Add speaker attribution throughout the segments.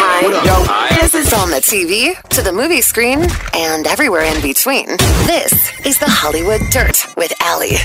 Speaker 1: Hi. This is on the TV, to the movie screen, and everywhere in between. This is the Hollywood Dirt with Allie.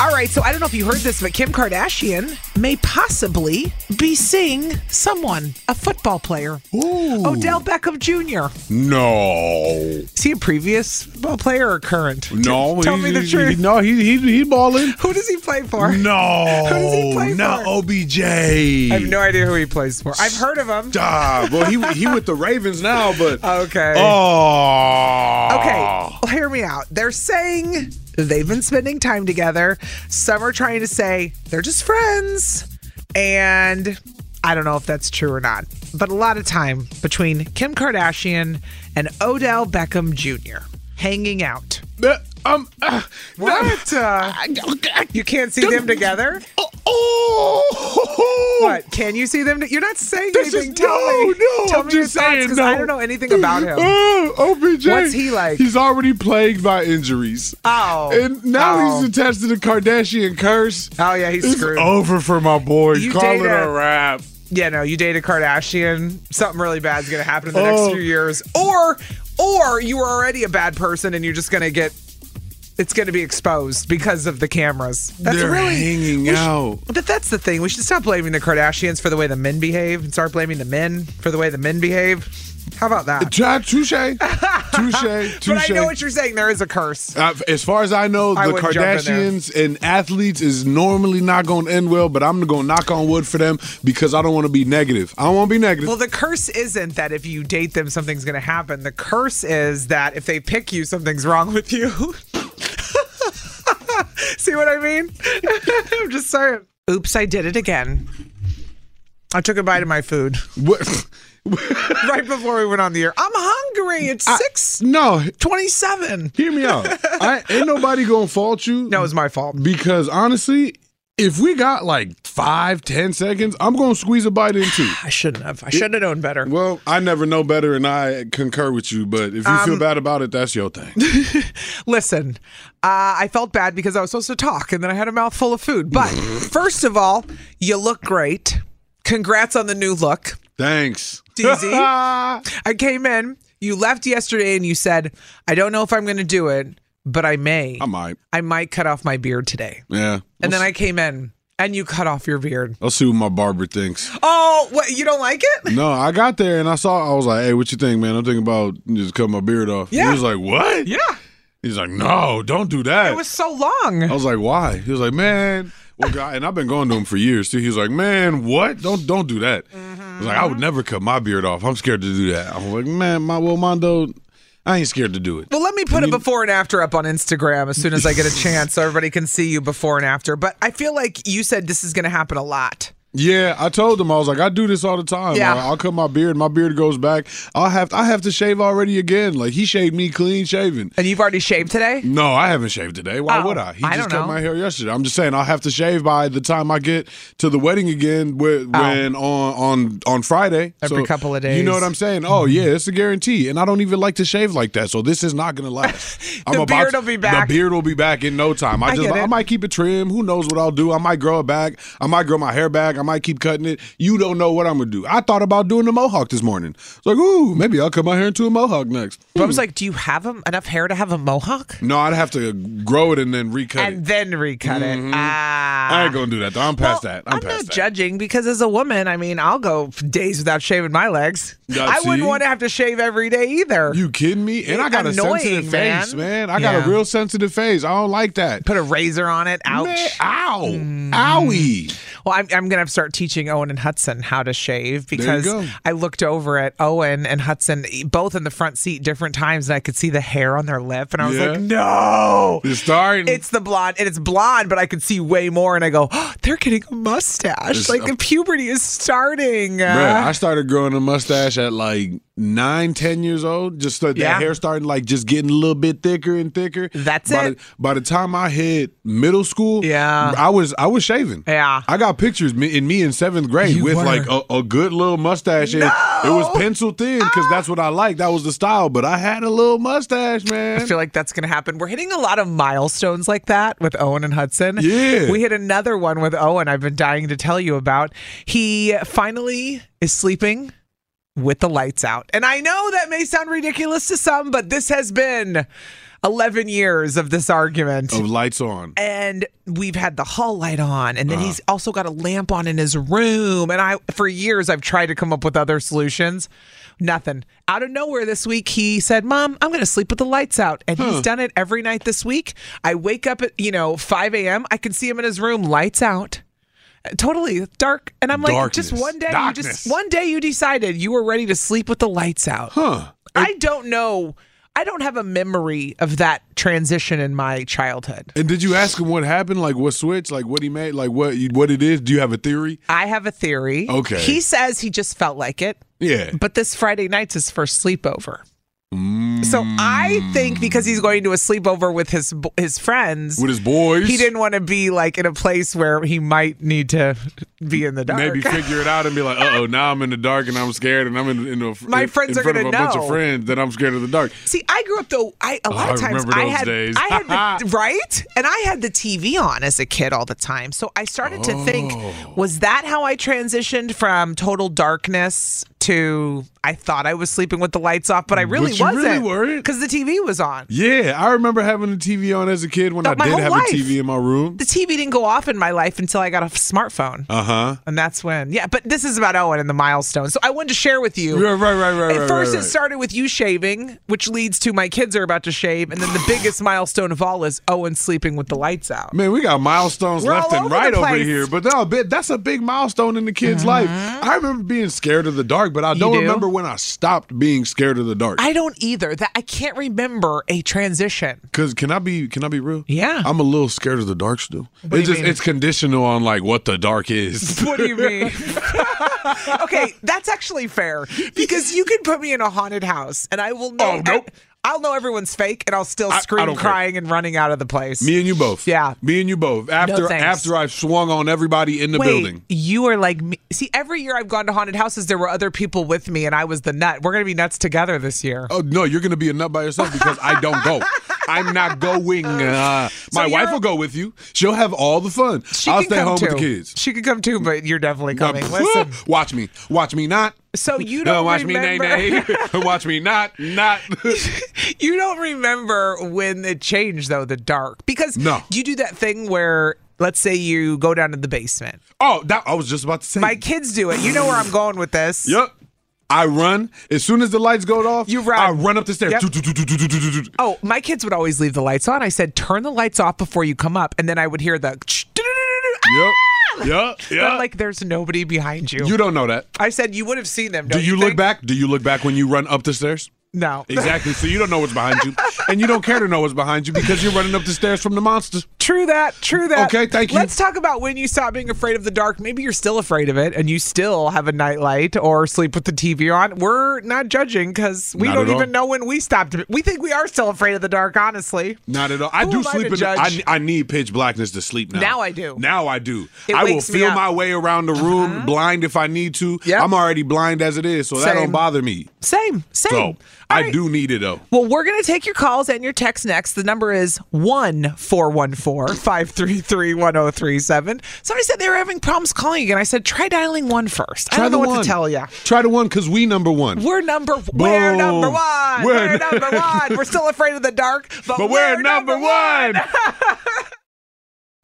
Speaker 2: All right, so I don't know if you heard this, but Kim Kardashian may possibly be seeing someone, a football player, Odell Beckham Jr.
Speaker 3: No.
Speaker 2: Is he a previous football player or current?
Speaker 3: No.
Speaker 2: tell me the
Speaker 3: he-
Speaker 2: truth.
Speaker 3: he- no, he he he balling.
Speaker 2: Who does he play for?
Speaker 3: No.
Speaker 2: Who does he play
Speaker 3: not
Speaker 2: for?
Speaker 3: OBJ.
Speaker 2: I have no idea who he plays for. I've heard of him.
Speaker 3: Stop. Well, he he with the Ravens now, but
Speaker 2: Okay.
Speaker 3: oh.
Speaker 2: Okay, well, hear me out. They're saying they've been spending time together. Some are trying to say they're just friends. And I don't know if that's true or not. But a lot of time between Kim Kardashian and Odell Beckham Jr. hanging out.
Speaker 3: Uh, um. uh,
Speaker 2: What? Uh, you can't see them together?
Speaker 3: oh, oh.
Speaker 2: What? Can you see them? to- You're not saying
Speaker 3: This is-
Speaker 2: anything. Tell
Speaker 3: no,
Speaker 2: me.
Speaker 3: no,
Speaker 2: Tell
Speaker 3: I'm
Speaker 2: me your
Speaker 3: just
Speaker 2: thoughts
Speaker 3: saying,
Speaker 2: I
Speaker 3: no.
Speaker 2: don't know anything about him.
Speaker 3: Oh, OBJ.
Speaker 2: What's he like?
Speaker 3: He's already plagued by injuries.
Speaker 2: Oh.
Speaker 3: And now
Speaker 2: Oh.
Speaker 3: he's attached to the Kardashian curse.
Speaker 2: Oh, yeah, he's
Speaker 3: it's
Speaker 2: screwed.
Speaker 3: over for my boy.
Speaker 2: You
Speaker 3: Call
Speaker 2: date
Speaker 3: it
Speaker 2: a-
Speaker 3: a wrap.
Speaker 2: yeah, no, you date a Kardashian, something really bad's gonna happen in the next
Speaker 3: Oh.
Speaker 2: few years, or or you were already a bad person and you're just gonna get it's gonna be exposed because of the cameras. That's
Speaker 3: They're
Speaker 2: really
Speaker 3: hanging
Speaker 2: we sh-
Speaker 3: out.
Speaker 2: but that's the thing. We should stop blaming the Kardashians for the way the men behave and start blaming the men for the way the men behave. How about that?
Speaker 3: Ja, touche. Touche. Touche.
Speaker 2: But I know what you're saying. There is a curse.
Speaker 3: Uh, as far as I know,
Speaker 2: I
Speaker 3: the
Speaker 2: wouldn't jump in there.
Speaker 3: Kardashians and athletes is normally not going to end well, but I'm going to knock on wood for them because I don't want to be negative. I don't want to be negative.
Speaker 2: Well, the curse isn't that if you date them, something's going to happen. The curse is that if they pick you, something's wrong with you. See what I mean? I'm just saying. Oops, I did it again. I took a bite of my food
Speaker 3: What-
Speaker 2: right before we went on the air. I'm hungry. It's six
Speaker 3: no,
Speaker 2: twenty-seven.
Speaker 3: hear me out. I, ain't nobody going to fault you.
Speaker 2: No, it's my fault.
Speaker 3: Because honestly, if we got like five, ten seconds, I'm gonna squeeze a bite in too.
Speaker 2: I shouldn't have. I should have known better.
Speaker 3: Well, I never know better, and I concur with you. But if you
Speaker 2: Um,
Speaker 3: feel bad about it, that's your thing.
Speaker 2: Listen, uh, I felt bad because I was supposed to talk and then I had a mouthful of food. But first of all, you look great. Congrats on the new look.
Speaker 3: Thanks.
Speaker 2: DZ? I came in, you left yesterday and you said, I don't know if I'm going to do it, but I may.
Speaker 3: I might.
Speaker 2: I might cut off my beard today.
Speaker 3: Yeah.
Speaker 2: And then I came in and you cut off your beard.
Speaker 3: I'll see what my barber thinks.
Speaker 2: Oh, what? You don't like it?
Speaker 3: No, I got there and I saw. I was like, "Hey, what you think, man? I'm thinking about just cutting my beard off."
Speaker 2: Yeah.
Speaker 3: He was like, "What?"
Speaker 2: Yeah.
Speaker 3: He's like, "No, don't do that."
Speaker 2: It was so long.
Speaker 3: I was like, "Why?" He was like, "Man." Well, guy, and I've been going to him for years too. He was like, "Man, what? Don't don't do that." I was like, "I would never cut my beard off. I'm scared to do that." I was like, "Man, my well, Mondo, I ain't scared to do it."
Speaker 2: Well, let me put a before and after up on Instagram as soon as I get a chance so everybody can see you before and after. But I feel like you said this is going to happen a lot.
Speaker 3: Yeah, I told him I was like, I do this all the time.
Speaker 2: Yeah.
Speaker 3: I, I'll cut my beard. My beard goes back. I'll have I have to shave already again. Like he shaved me clean shaven.
Speaker 2: And you've already shaved today?
Speaker 3: No, Oh, I haven't shaved today. Why
Speaker 2: Oh,
Speaker 3: would I? He
Speaker 2: I
Speaker 3: just
Speaker 2: don't
Speaker 3: cut
Speaker 2: know.
Speaker 3: my hair yesterday. I'm just saying I'll have to shave by the time I get to the wedding again when, when on on on Friday.
Speaker 2: Oh. Every couple of
Speaker 3: You know what
Speaker 2: days.
Speaker 3: I'm saying? Oh yeah, it's a guarantee. And I don't even like to shave like that, so this is not gonna last.
Speaker 2: The beard will be back.
Speaker 3: The beard will be back in no time. I,
Speaker 2: I
Speaker 3: just
Speaker 2: get
Speaker 3: I
Speaker 2: it.
Speaker 3: might keep it trim. Who knows what I'll do? I might grow it back. I might grow my hair back. I might keep cutting it. You don't know what I'm gonna do. I thought about doing the mohawk this morning. It's like, ooh, maybe I'll cut my hair into a mohawk next.
Speaker 2: I was like, do you have a, enough hair to have a mohawk?
Speaker 3: No, I'd have to grow it and then recut it. Mm-hmm.
Speaker 2: And then recut it. Ah.
Speaker 3: I ain't gonna do that. Though. I'm past
Speaker 2: Well,
Speaker 3: that. I'm,
Speaker 2: I'm
Speaker 3: past
Speaker 2: not
Speaker 3: that.
Speaker 2: judging because as a woman, I mean, I'll go days without shaving my legs.
Speaker 3: Yeah,
Speaker 2: I
Speaker 3: see?
Speaker 2: wouldn't want to have to shave every day either.
Speaker 3: You kidding me? And I got
Speaker 2: Annoying,
Speaker 3: a sensitive face,
Speaker 2: man.
Speaker 3: man. I got
Speaker 2: Yeah.
Speaker 3: a real sensitive face. I don't like that.
Speaker 2: Put a razor on it. Ouch.
Speaker 3: Man, ow. Owie.
Speaker 2: Mm-hmm. Well, I'm, I'm going to start teaching Owen and Hudson how to shave
Speaker 3: you
Speaker 2: because
Speaker 3: go.
Speaker 2: I looked over at Owen and Hudson e- both in the front seat different times and I could see the hair on their lip and I was
Speaker 3: Yeah.
Speaker 2: like, no.
Speaker 3: It's starting.
Speaker 2: It's the blonde and it's blonde, but I could see way more and I go, oh, they're getting a mustache.
Speaker 3: It's-
Speaker 2: like the puberty is starting.
Speaker 3: Bruh,
Speaker 2: Uh,
Speaker 3: I started growing a mustache at like nine, ten years old. Just start,
Speaker 2: Yeah.
Speaker 3: that hair started like just getting a little bit thicker and thicker.
Speaker 2: That's
Speaker 3: by
Speaker 2: it.
Speaker 3: The, by the time I hit middle school,
Speaker 2: Yeah.
Speaker 3: I was I was shaving.
Speaker 2: Yeah.
Speaker 3: I got pictures me, in me in seventh grade
Speaker 2: You
Speaker 3: with
Speaker 2: were.
Speaker 3: like a, a good little mustache. and It was pencil thin because that's what I liked. That was the style. But I had a little mustache, man.
Speaker 2: I feel like that's going to happen. We're hitting a lot of milestones like that with Owen and Hudson.
Speaker 3: Yeah.
Speaker 2: We hit another one with Owen I've been dying to tell you about. He finally is sleeping with the lights out. And I know that may sound ridiculous to some, but this has been 11 years of this argument.
Speaker 3: of lights on. Ah.
Speaker 2: And we've had the hall light on, and then he's also got a lamp on in his room. And I, for years, I've tried to come up with other solutions. Nothing. Out of nowhere this week, he said, "Mom, I'm going to sleep with the lights out," and he's done it every night this week. I wake up at you know 5 a.m. I can see him in his room, lights out. Uh, Totally dark, and I'm like, just
Speaker 3: Darkness.
Speaker 2: one day, you
Speaker 3: Darkness.
Speaker 2: just one day you decided you were ready to sleep with the lights out.
Speaker 3: Huh.
Speaker 2: I don't know. I don't have a memory of that transition in my childhood.
Speaker 3: And did you ask him what happened? Like what switch? Like what he made? Like what what it is? Do you have a theory?
Speaker 2: I have a theory.
Speaker 3: Okay.
Speaker 2: He says he just felt like it,
Speaker 3: Yeah.
Speaker 2: but this Friday night's his first sleepover. So I think because he's going to a sleepover with his bo- his friends,
Speaker 3: Mm. With his boys.
Speaker 2: he didn't want to be like in a place where he might need to be in the dark.
Speaker 3: maybe figure it out and be like, uh oh, now I'm in the dark and I'm scared and I'm in, in a,
Speaker 2: My
Speaker 3: in-
Speaker 2: friends
Speaker 3: in
Speaker 2: are
Speaker 3: front
Speaker 2: gonna
Speaker 3: of a bunch
Speaker 2: know.
Speaker 3: of friends that I'm scared of the dark.
Speaker 2: See, I grew up though. I a lot
Speaker 3: Oh,
Speaker 2: of
Speaker 3: I
Speaker 2: times
Speaker 3: remember
Speaker 2: I
Speaker 3: those
Speaker 2: had
Speaker 3: days.
Speaker 2: I had the, right, and I had the TV on as a kid all the time. So I started to think,
Speaker 3: Oh.
Speaker 2: was that how I transitioned from total darkness to I thought I was sleeping with the lights off, but I really
Speaker 3: But you really
Speaker 2: wasn't
Speaker 3: weren't.
Speaker 2: because the TV was on.
Speaker 3: Yeah, I remember having the TV on as a kid when
Speaker 2: But my
Speaker 3: I did
Speaker 2: whole
Speaker 3: have
Speaker 2: life.
Speaker 3: a TV in my room.
Speaker 2: The TV didn't go off in my life until I got a smartphone.
Speaker 3: Uh huh.
Speaker 2: and that's when, yeah. But this is about Owen and the milestone. So I wanted to share with you.
Speaker 3: Right, right, right, right.
Speaker 2: At
Speaker 3: right,
Speaker 2: first,
Speaker 3: right,
Speaker 2: it
Speaker 3: right.
Speaker 2: started with you shaving, which leads to my kids are about to shave, and then the biggest milestone of all is Owen sleeping with the lights out.
Speaker 3: Man, we got milestones
Speaker 2: We're
Speaker 3: left
Speaker 2: all
Speaker 3: and
Speaker 2: over
Speaker 3: right
Speaker 2: the
Speaker 3: over
Speaker 2: place. Mm-hmm.
Speaker 3: here, but that's a bit that's a big milestone in the kid's life. I remember being scared of the dark, but I don't
Speaker 2: do?
Speaker 3: remember when I stopped being scared of the dark.
Speaker 2: I don't either. That I can't remember a transition.
Speaker 3: Cause can I be can I be real?
Speaker 2: Yeah.
Speaker 3: I'm a little scared of the dark still.
Speaker 2: do you
Speaker 3: It's just
Speaker 2: mean?
Speaker 3: it's conditional on like what the dark is.
Speaker 2: What do you mean? okay, that's actually fair because you can put me in a haunted house, and I will know.
Speaker 3: Oh, nope.
Speaker 2: I'll know everyone's fake, and I'll still
Speaker 3: I- I
Speaker 2: scream,
Speaker 3: don't care.
Speaker 2: crying, and running out of the place.
Speaker 3: Me and you both.
Speaker 2: Yeah.
Speaker 3: Me and you both. After
Speaker 2: thanks.
Speaker 3: after I've swung on everybody in the
Speaker 2: Wait,
Speaker 3: building.
Speaker 2: you are like me. See, every year I've gone to haunted houses, there were other people with me, and I was the nut. We're gonna be nuts together this year.
Speaker 3: Oh no, you're gonna be a nut by yourself because I don't go. I'm not going. Uh, my wife
Speaker 2: you're-
Speaker 3: will go with you. She'll have all the fun.
Speaker 2: She
Speaker 3: I'll
Speaker 2: can
Speaker 3: stay
Speaker 2: come
Speaker 3: home
Speaker 2: too.
Speaker 3: with the kids.
Speaker 2: She could come too, but you're definitely coming.
Speaker 3: Uh,
Speaker 2: Listen,
Speaker 3: watch me. Watch me not.
Speaker 2: so Oh, you
Speaker 3: No,
Speaker 2: don't
Speaker 3: watch me
Speaker 2: remember.
Speaker 3: nay nay. watch me not not.
Speaker 2: you don't remember when it changed though the dark because
Speaker 3: No.
Speaker 2: you do that thing where let's say you go down to the basement
Speaker 3: oh, that I was just about to say.
Speaker 2: my kids do it you know where i'm going with this
Speaker 3: Yep. I run. As soon as the lights go off,
Speaker 2: You run.
Speaker 3: I run up the stairs.
Speaker 2: Yep.
Speaker 3: Do, do, do, do, do, do, do, do.
Speaker 2: oh my kids would always leave the lights on i said turn the lights off before you come up and then i would hear the
Speaker 3: Yep. Yep. Yep.
Speaker 2: I'm like there's nobody behind you,
Speaker 3: you don't know that.
Speaker 2: i said you would have seen them
Speaker 3: Do
Speaker 2: don't
Speaker 3: you look
Speaker 2: think?
Speaker 3: back? Do you look back when you run up the stairs?
Speaker 2: no
Speaker 3: Exactly. So you don't know what's behind you, and you don't care to know what's behind you because you're running up the stairs from the monsters.
Speaker 2: True that. True that.
Speaker 3: Okay, thank you.
Speaker 2: Let's talk about when you stop being afraid of the dark. Maybe you're still afraid of it and you still have a nightlight or sleep with the TV on. We're not judging because we
Speaker 3: Not
Speaker 2: don't
Speaker 3: at
Speaker 2: even
Speaker 3: all.
Speaker 2: know when we stopped. We think we are still afraid of the dark, honestly.
Speaker 3: Not at all. I
Speaker 2: Who
Speaker 3: do
Speaker 2: am I
Speaker 3: sleep
Speaker 2: to
Speaker 3: in. I,
Speaker 2: judge?
Speaker 3: I need pitch blackness to sleep now.
Speaker 2: Now I do.
Speaker 3: Now I do.
Speaker 2: It
Speaker 3: I will
Speaker 2: wakes me
Speaker 3: feel
Speaker 2: up. Uh-huh.
Speaker 3: my way around the room, blind if I need to.
Speaker 2: Yep.
Speaker 3: I'm already blind as it is, so that
Speaker 2: Same.
Speaker 3: don't bother me.
Speaker 2: Same, same.
Speaker 3: So
Speaker 2: All
Speaker 3: I
Speaker 2: right.
Speaker 3: do need it though.
Speaker 2: Well, we're going to take your calls and your texts next. The number is 1 533-1037. Somebody said they were having problems calling again. I said, try dialing one first. I
Speaker 3: Try
Speaker 2: don't
Speaker 3: the
Speaker 2: know what
Speaker 3: one.
Speaker 2: to tell you.
Speaker 3: Try the one because we number one.
Speaker 2: We're number we're
Speaker 3: Boom.
Speaker 2: number one. We're,
Speaker 3: We're-
Speaker 2: number one. We're still afraid of the dark, but,
Speaker 3: but we're, number, one.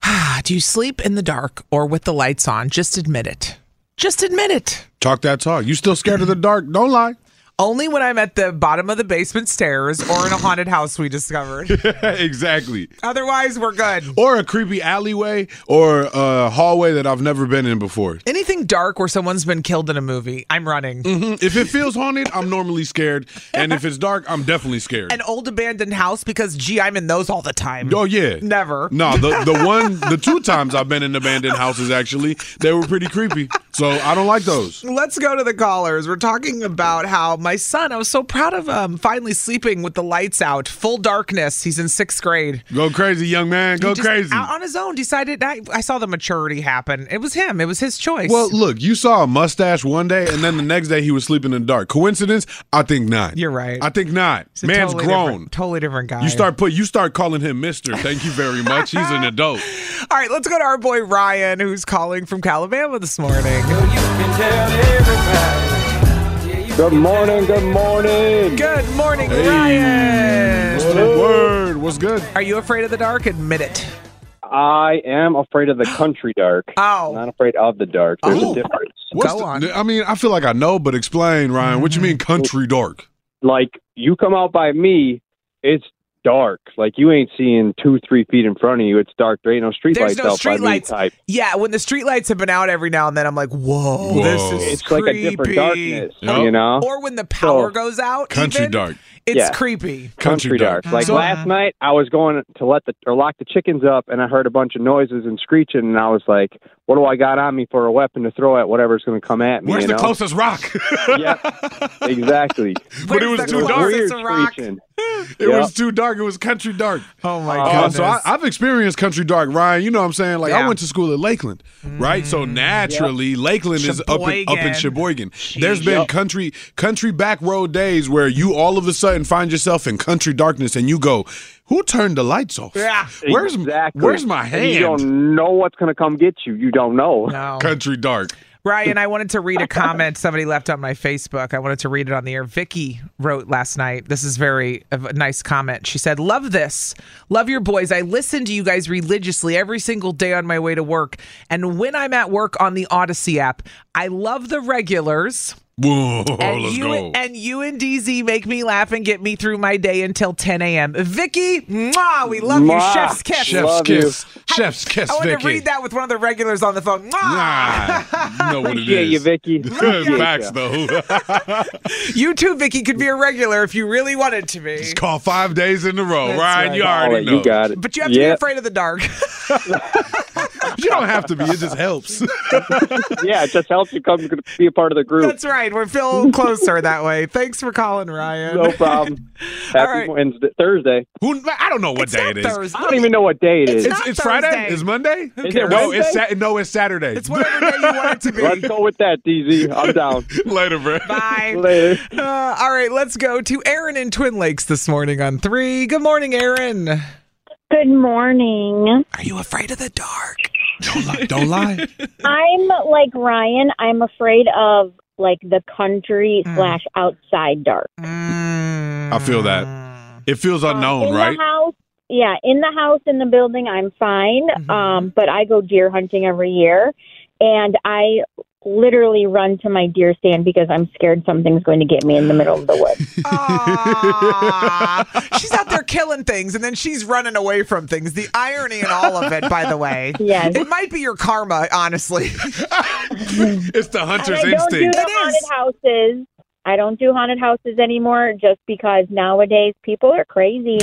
Speaker 2: Ah, Do you sleep in the dark or with the lights on? Just admit it. Just admit it.
Speaker 3: Talk that talk. You still scared of the dark? Don't lie.
Speaker 2: Only when I'm at the bottom of the basement stairs or in a haunted house we discovered.
Speaker 3: exactly.
Speaker 2: Otherwise, we're good.
Speaker 3: Or a creepy alleyway or a hallway that I've never been in before.
Speaker 2: Anything dark where someone's been killed in a movie, I'm running.
Speaker 3: Mhm. If it feels haunted, I'm normally scared, and if it's dark, I'm definitely scared.
Speaker 2: An old abandoned house because gee, I'm in those all the time.
Speaker 3: Oh yeah.
Speaker 2: Never.
Speaker 3: No, the the one the two times I've been in abandoned houses actually, they were pretty creepy. So I don't like those.
Speaker 2: Let's go to the callers. We're talking about how my son, I was so proud of him finally sleeping with the lights out, full darkness. He's in sixth grade.
Speaker 3: Go crazy, young man. Go
Speaker 2: Just
Speaker 3: crazy.
Speaker 2: Out on his own, decided. I, I saw the maturity happen. It was him, it was his choice.
Speaker 3: Well, look, you saw a mustache one day, and then the next day he was sleeping in the dark. Coincidence? I think not.
Speaker 2: You're right.
Speaker 3: I think not.
Speaker 2: It's a
Speaker 3: Man's
Speaker 2: totally
Speaker 3: grown.
Speaker 2: different- totally different guy.
Speaker 3: You start put you start calling him Mister. Thank you very much. He's an adult.
Speaker 2: All right, let's go to our boy Ryan, who's calling from Calabama this morning.
Speaker 4: Good morning, good morning.
Speaker 2: Good morning,
Speaker 3: Hey.
Speaker 2: Ryan.
Speaker 3: What's the word? What's good?
Speaker 2: Are you afraid of the dark? Admit it.
Speaker 4: I am afraid of the country dark.
Speaker 2: Ow.
Speaker 4: Not afraid of the dark. There's
Speaker 2: Oh.
Speaker 3: Ooh.
Speaker 4: a difference.
Speaker 3: What's
Speaker 2: Go
Speaker 3: the-
Speaker 2: on. Mm-hmm.
Speaker 3: I mean, I feel like I know, but explain, Ryan. What you mean, country dark?
Speaker 4: Like you come out by me, it's dark. Like you ain't seeing two, three feet in front of you. It's dark. There ain't no street
Speaker 2: There's
Speaker 4: lights
Speaker 2: no
Speaker 4: out by me
Speaker 2: streetlights.
Speaker 4: type.
Speaker 2: Yeah, when the streetlights have been out every now and then, I'm like, whoa,
Speaker 3: Whoa.
Speaker 2: this is
Speaker 4: It's like a different
Speaker 2: creepy.
Speaker 4: darkness.
Speaker 3: Yep.
Speaker 4: You know?
Speaker 2: Or when the power
Speaker 4: So-
Speaker 2: goes out,
Speaker 3: Country
Speaker 2: even,
Speaker 3: dark.
Speaker 2: It's
Speaker 4: Yeah.
Speaker 2: creepy.
Speaker 4: Country, dark. Like
Speaker 2: So-
Speaker 4: last night, I was going to let the or lock the chickens up, and I heard a bunch of noises and screeching, and I was like, "What do I got on me for a weapon to throw at whatever's going to come at me?"
Speaker 3: Where's
Speaker 4: you
Speaker 3: the
Speaker 4: know?
Speaker 3: closest rock?
Speaker 4: Yeah, exactly.
Speaker 3: But it
Speaker 2: Where's
Speaker 3: was
Speaker 2: the
Speaker 3: too dark.
Speaker 2: closest
Speaker 4: Weird
Speaker 2: rock?
Speaker 4: screeching.
Speaker 3: It
Speaker 4: Yeah.
Speaker 3: was too dark. It was country dark.
Speaker 2: Oh my
Speaker 3: Uh,
Speaker 2: god!
Speaker 3: so I, I've experienced country dark, Ryan. You know what I'm saying? Like
Speaker 2: Yeah.
Speaker 3: I went to school at Lakeland, right? So
Speaker 4: Mm.
Speaker 3: naturally, Lakeland is up in, up in Sheboygan. There's been country country back road days where you all of a sudden find yourself in country darkness, and you go, "Who turned the lights off?
Speaker 2: Yeah.
Speaker 3: where's
Speaker 4: exactly.
Speaker 3: where's my
Speaker 4: And You
Speaker 3: hand?
Speaker 4: don't know what's going to come get you. You don't know.
Speaker 2: No.
Speaker 3: Country dark.
Speaker 2: Ryan, I wanted to read a comment somebody left on my Facebook. I wanted to read it on the air. Vicky wrote last night. This is very a nice comment. She said, "Love this. Love your boys. I listen to you guys religiously every single day on my way to work, and when I'm at work on the Odyssey app. I love the regulars."
Speaker 3: Whoa,
Speaker 2: And
Speaker 3: let's
Speaker 2: you
Speaker 3: go.
Speaker 2: and you and DZ make me laugh and get me through my day until 10 a.m. Vicky, mwah, we love you.
Speaker 4: Mwah.
Speaker 2: Chef's kiss.
Speaker 3: Chef's
Speaker 4: Love you.
Speaker 3: kiss. Chef's kiss.
Speaker 2: I wanted
Speaker 3: Vicky.
Speaker 2: to read that with one of the regulars on the phone. Mwah.
Speaker 3: Nah, you know what it is.
Speaker 4: Yeah, you, Vicky. Appreciate
Speaker 3: Facts
Speaker 4: ya.
Speaker 3: though.
Speaker 2: You too, Vicky, could be a regular if you really wanted to be.
Speaker 3: Call five days in a row,
Speaker 2: That's
Speaker 3: Ryan.
Speaker 2: right.
Speaker 3: You
Speaker 4: All
Speaker 3: already
Speaker 4: right,
Speaker 3: know.
Speaker 4: Oh, you got it.
Speaker 2: But you have to be
Speaker 4: yeah,
Speaker 2: afraid of the dark.
Speaker 3: You don't have to be. It just helps.
Speaker 4: yeah, it just helps you come to be a part of the group.
Speaker 2: That's right. We feel closer that way. Thanks for calling, Ryan.
Speaker 4: No problem.
Speaker 2: right.
Speaker 4: Happy Wednesday, Thursday.
Speaker 3: Who? I don't know what
Speaker 2: It's
Speaker 3: day
Speaker 2: not
Speaker 3: it is.
Speaker 2: Thursday.
Speaker 4: I don't even know what day it is.
Speaker 2: not
Speaker 3: It's, it's Friday.
Speaker 2: Thursday.
Speaker 3: It's Monday.
Speaker 4: Is it
Speaker 3: no, it's
Speaker 4: Wednesday?
Speaker 3: Sat. no, it's Saturday.
Speaker 2: It's whatever day you want it to
Speaker 4: Let's
Speaker 2: be.
Speaker 4: go with that, DZ. I'm down.
Speaker 3: Later, bro.
Speaker 2: Bye.
Speaker 4: Later.
Speaker 2: Uh, all right, let's go to Aaron in Twin Lakes this morning on three. Good morning, Aaron. Are
Speaker 5: Good morning.
Speaker 2: you afraid of the dark?
Speaker 3: Don't lie. Don't lie.
Speaker 5: I'm like Ryan. I'm afraid of like the country
Speaker 3: Mm.
Speaker 5: slash outside dark.
Speaker 3: I feel that. It feels unknown,
Speaker 5: in
Speaker 3: right?
Speaker 5: the house, yeah, in the house, in the building, I'm fine.
Speaker 3: Mm-hmm.
Speaker 5: Um, but I go deer hunting every year, and I literally run to my deer stand because I'm scared something's going to get me in the middle of the woods.
Speaker 2: Aw. she's out there killing things and then she's running away from things. The irony in all of it, by the way.
Speaker 5: Yes.
Speaker 2: It might be your karma, honestly.
Speaker 3: It's the
Speaker 5: And
Speaker 3: hunter's
Speaker 5: I don't do
Speaker 3: instinct.
Speaker 5: the
Speaker 2: It is.
Speaker 5: haunted houses. I don't do haunted houses anymore just because nowadays people are crazy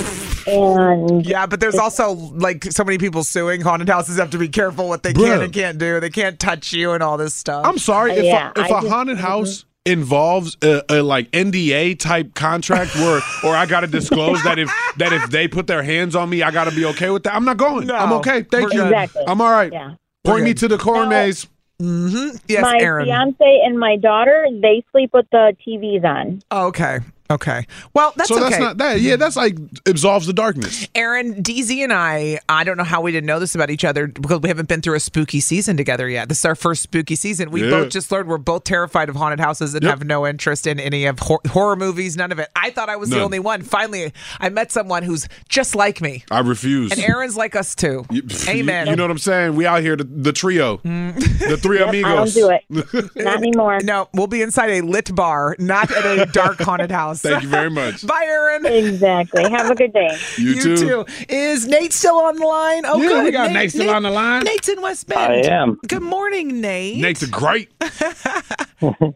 Speaker 5: and
Speaker 2: Yeah, but there's also like so many people suing haunted houses have to be careful what they can
Speaker 3: Bruh.
Speaker 2: and can't do. They can't touch you and all this stuff.
Speaker 3: I'm sorry if
Speaker 5: Yeah,
Speaker 3: a, if
Speaker 5: I
Speaker 3: a
Speaker 5: just- mm-hmm.
Speaker 3: haunted house involves a, a like NDA type contract where or I got to disclose that if that if they put their hands on me, I got to be okay with that. I'm not going.
Speaker 2: No,
Speaker 3: I'm okay. Thank
Speaker 2: we're
Speaker 3: you.
Speaker 2: good.
Speaker 5: Exactly.
Speaker 3: I'm all right.
Speaker 5: yeah.
Speaker 3: Point me
Speaker 2: good.
Speaker 3: to the Mm-hmm. cornets.
Speaker 2: Mhm. Yes,
Speaker 5: my
Speaker 2: Aaron.
Speaker 5: fiance and my daughter, they sleep with the TVs on.
Speaker 2: Oh, Okay. Okay. Well, that's
Speaker 3: so
Speaker 2: okay.
Speaker 3: that's not that. Yeah, that's like absolves the darkness.
Speaker 2: Aaron, DZ, and I, I don't know how we didn't know this about each other because we haven't been through a spooky season together yet. This is our first spooky season. We
Speaker 3: Yeah.
Speaker 2: both just learned we're both terrified of haunted houses and
Speaker 3: Yep.
Speaker 2: have no interest in any of hor- horror movies, none of it. I thought I was the
Speaker 3: None.
Speaker 2: only one. Finally, I met someone who's just like me.
Speaker 3: I refuse.
Speaker 2: And Aaron's like us too.
Speaker 3: You- pff,
Speaker 2: Amen. Mm.
Speaker 3: You, you know what I'm saying? We out here, the, the trio, the three amigos.
Speaker 5: I don't do it. Not anymore.
Speaker 2: no, we'll be inside a lit bar, not at a dark haunted house.
Speaker 3: Thank you very much.
Speaker 2: Bye, Aaron.
Speaker 5: Exactly. Have a good day.
Speaker 3: You, too.
Speaker 2: Is Nate still on the line? Oh,
Speaker 3: Yeah,
Speaker 2: good.
Speaker 3: we got Nate still on the line.
Speaker 2: Nate's in West Bend.
Speaker 4: I am.
Speaker 2: Good morning, Nate.
Speaker 3: Nate's a great.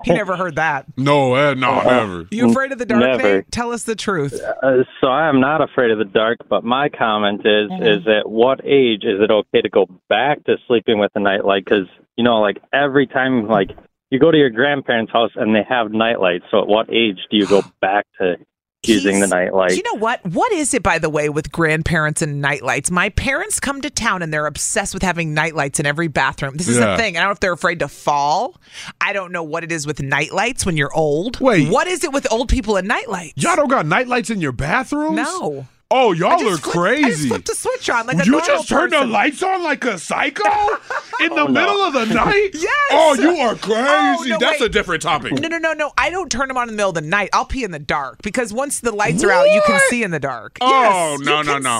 Speaker 2: He never heard that.
Speaker 3: No, eh, no, never.
Speaker 2: You afraid of the dark,
Speaker 6: Uh-huh. Never.
Speaker 2: Nate? Tell us the truth.
Speaker 6: Uh, so I am not afraid of the dark, but my comment is
Speaker 2: Mm-hmm.
Speaker 6: is at what age is it okay to go back to sleeping with a nightlight? Because you know, like every time, like you go to your grandparents' house and they have nightlights. So at what age do you go back to using the
Speaker 2: Keys. Do
Speaker 6: nightlight?
Speaker 2: you know what? What is it, by the way, with grandparents and nightlights? My parents come to town and they're obsessed with having nightlights in every bathroom. This is a
Speaker 3: Yeah.
Speaker 2: thing. I don't know if they're afraid to fall. I don't know what it is with nightlights when you're old.
Speaker 3: Wait.
Speaker 2: What is it with old people and nightlights?
Speaker 3: Y'all don't got nightlights in your bathrooms?
Speaker 2: No.
Speaker 3: Oh,
Speaker 2: I
Speaker 3: y'all
Speaker 2: just
Speaker 3: are
Speaker 2: flipped- I just
Speaker 3: crazy.
Speaker 2: flipped a switch on like a
Speaker 3: you
Speaker 2: normal
Speaker 3: just turned the
Speaker 2: person.
Speaker 3: lights on like a psycho in
Speaker 5: Oh,
Speaker 3: the middle of the night?
Speaker 2: Oh, Yes.
Speaker 3: Oh, you are crazy.
Speaker 2: Oh, no,
Speaker 3: That's
Speaker 2: wait.
Speaker 3: a different topic.
Speaker 2: No, no, no, no. I don't turn them on in the middle of the night. I'll pee in the dark because once the lights are out, you can
Speaker 3: What?
Speaker 2: see in the dark.
Speaker 3: Oh,
Speaker 2: yes,
Speaker 3: no,
Speaker 2: you
Speaker 3: no,
Speaker 2: can
Speaker 3: no,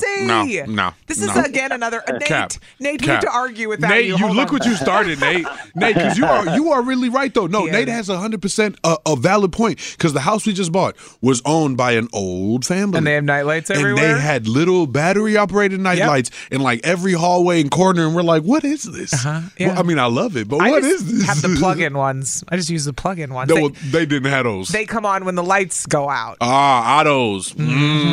Speaker 2: see.
Speaker 3: no, no,
Speaker 2: This
Speaker 3: no.
Speaker 2: is again another Nate.
Speaker 3: Cap.
Speaker 2: Nate, we
Speaker 3: Cap.
Speaker 2: have to argue without
Speaker 3: Nate,
Speaker 2: you. Hold
Speaker 3: look
Speaker 2: on.
Speaker 3: what you started, Nate. Nate, because you are you are really right though. No,
Speaker 2: Yeah.
Speaker 3: Nate has hundred percent a a valid point because the house we just bought was owned by an old family,
Speaker 2: And they have nightlights
Speaker 3: And
Speaker 2: everywhere?
Speaker 3: they had little battery operated nightlights in like every hallway and corner, and we're like, what is this?
Speaker 2: Uh-huh, yeah.
Speaker 3: Well, I mean, I love it, but
Speaker 2: I
Speaker 3: what is
Speaker 2: just
Speaker 3: this?
Speaker 2: Have the plug-in ones. I just use the plug-in ones.
Speaker 3: no,
Speaker 2: they,
Speaker 3: well, they didn't have those.
Speaker 2: they come on when the lights go out.
Speaker 3: ah, autos.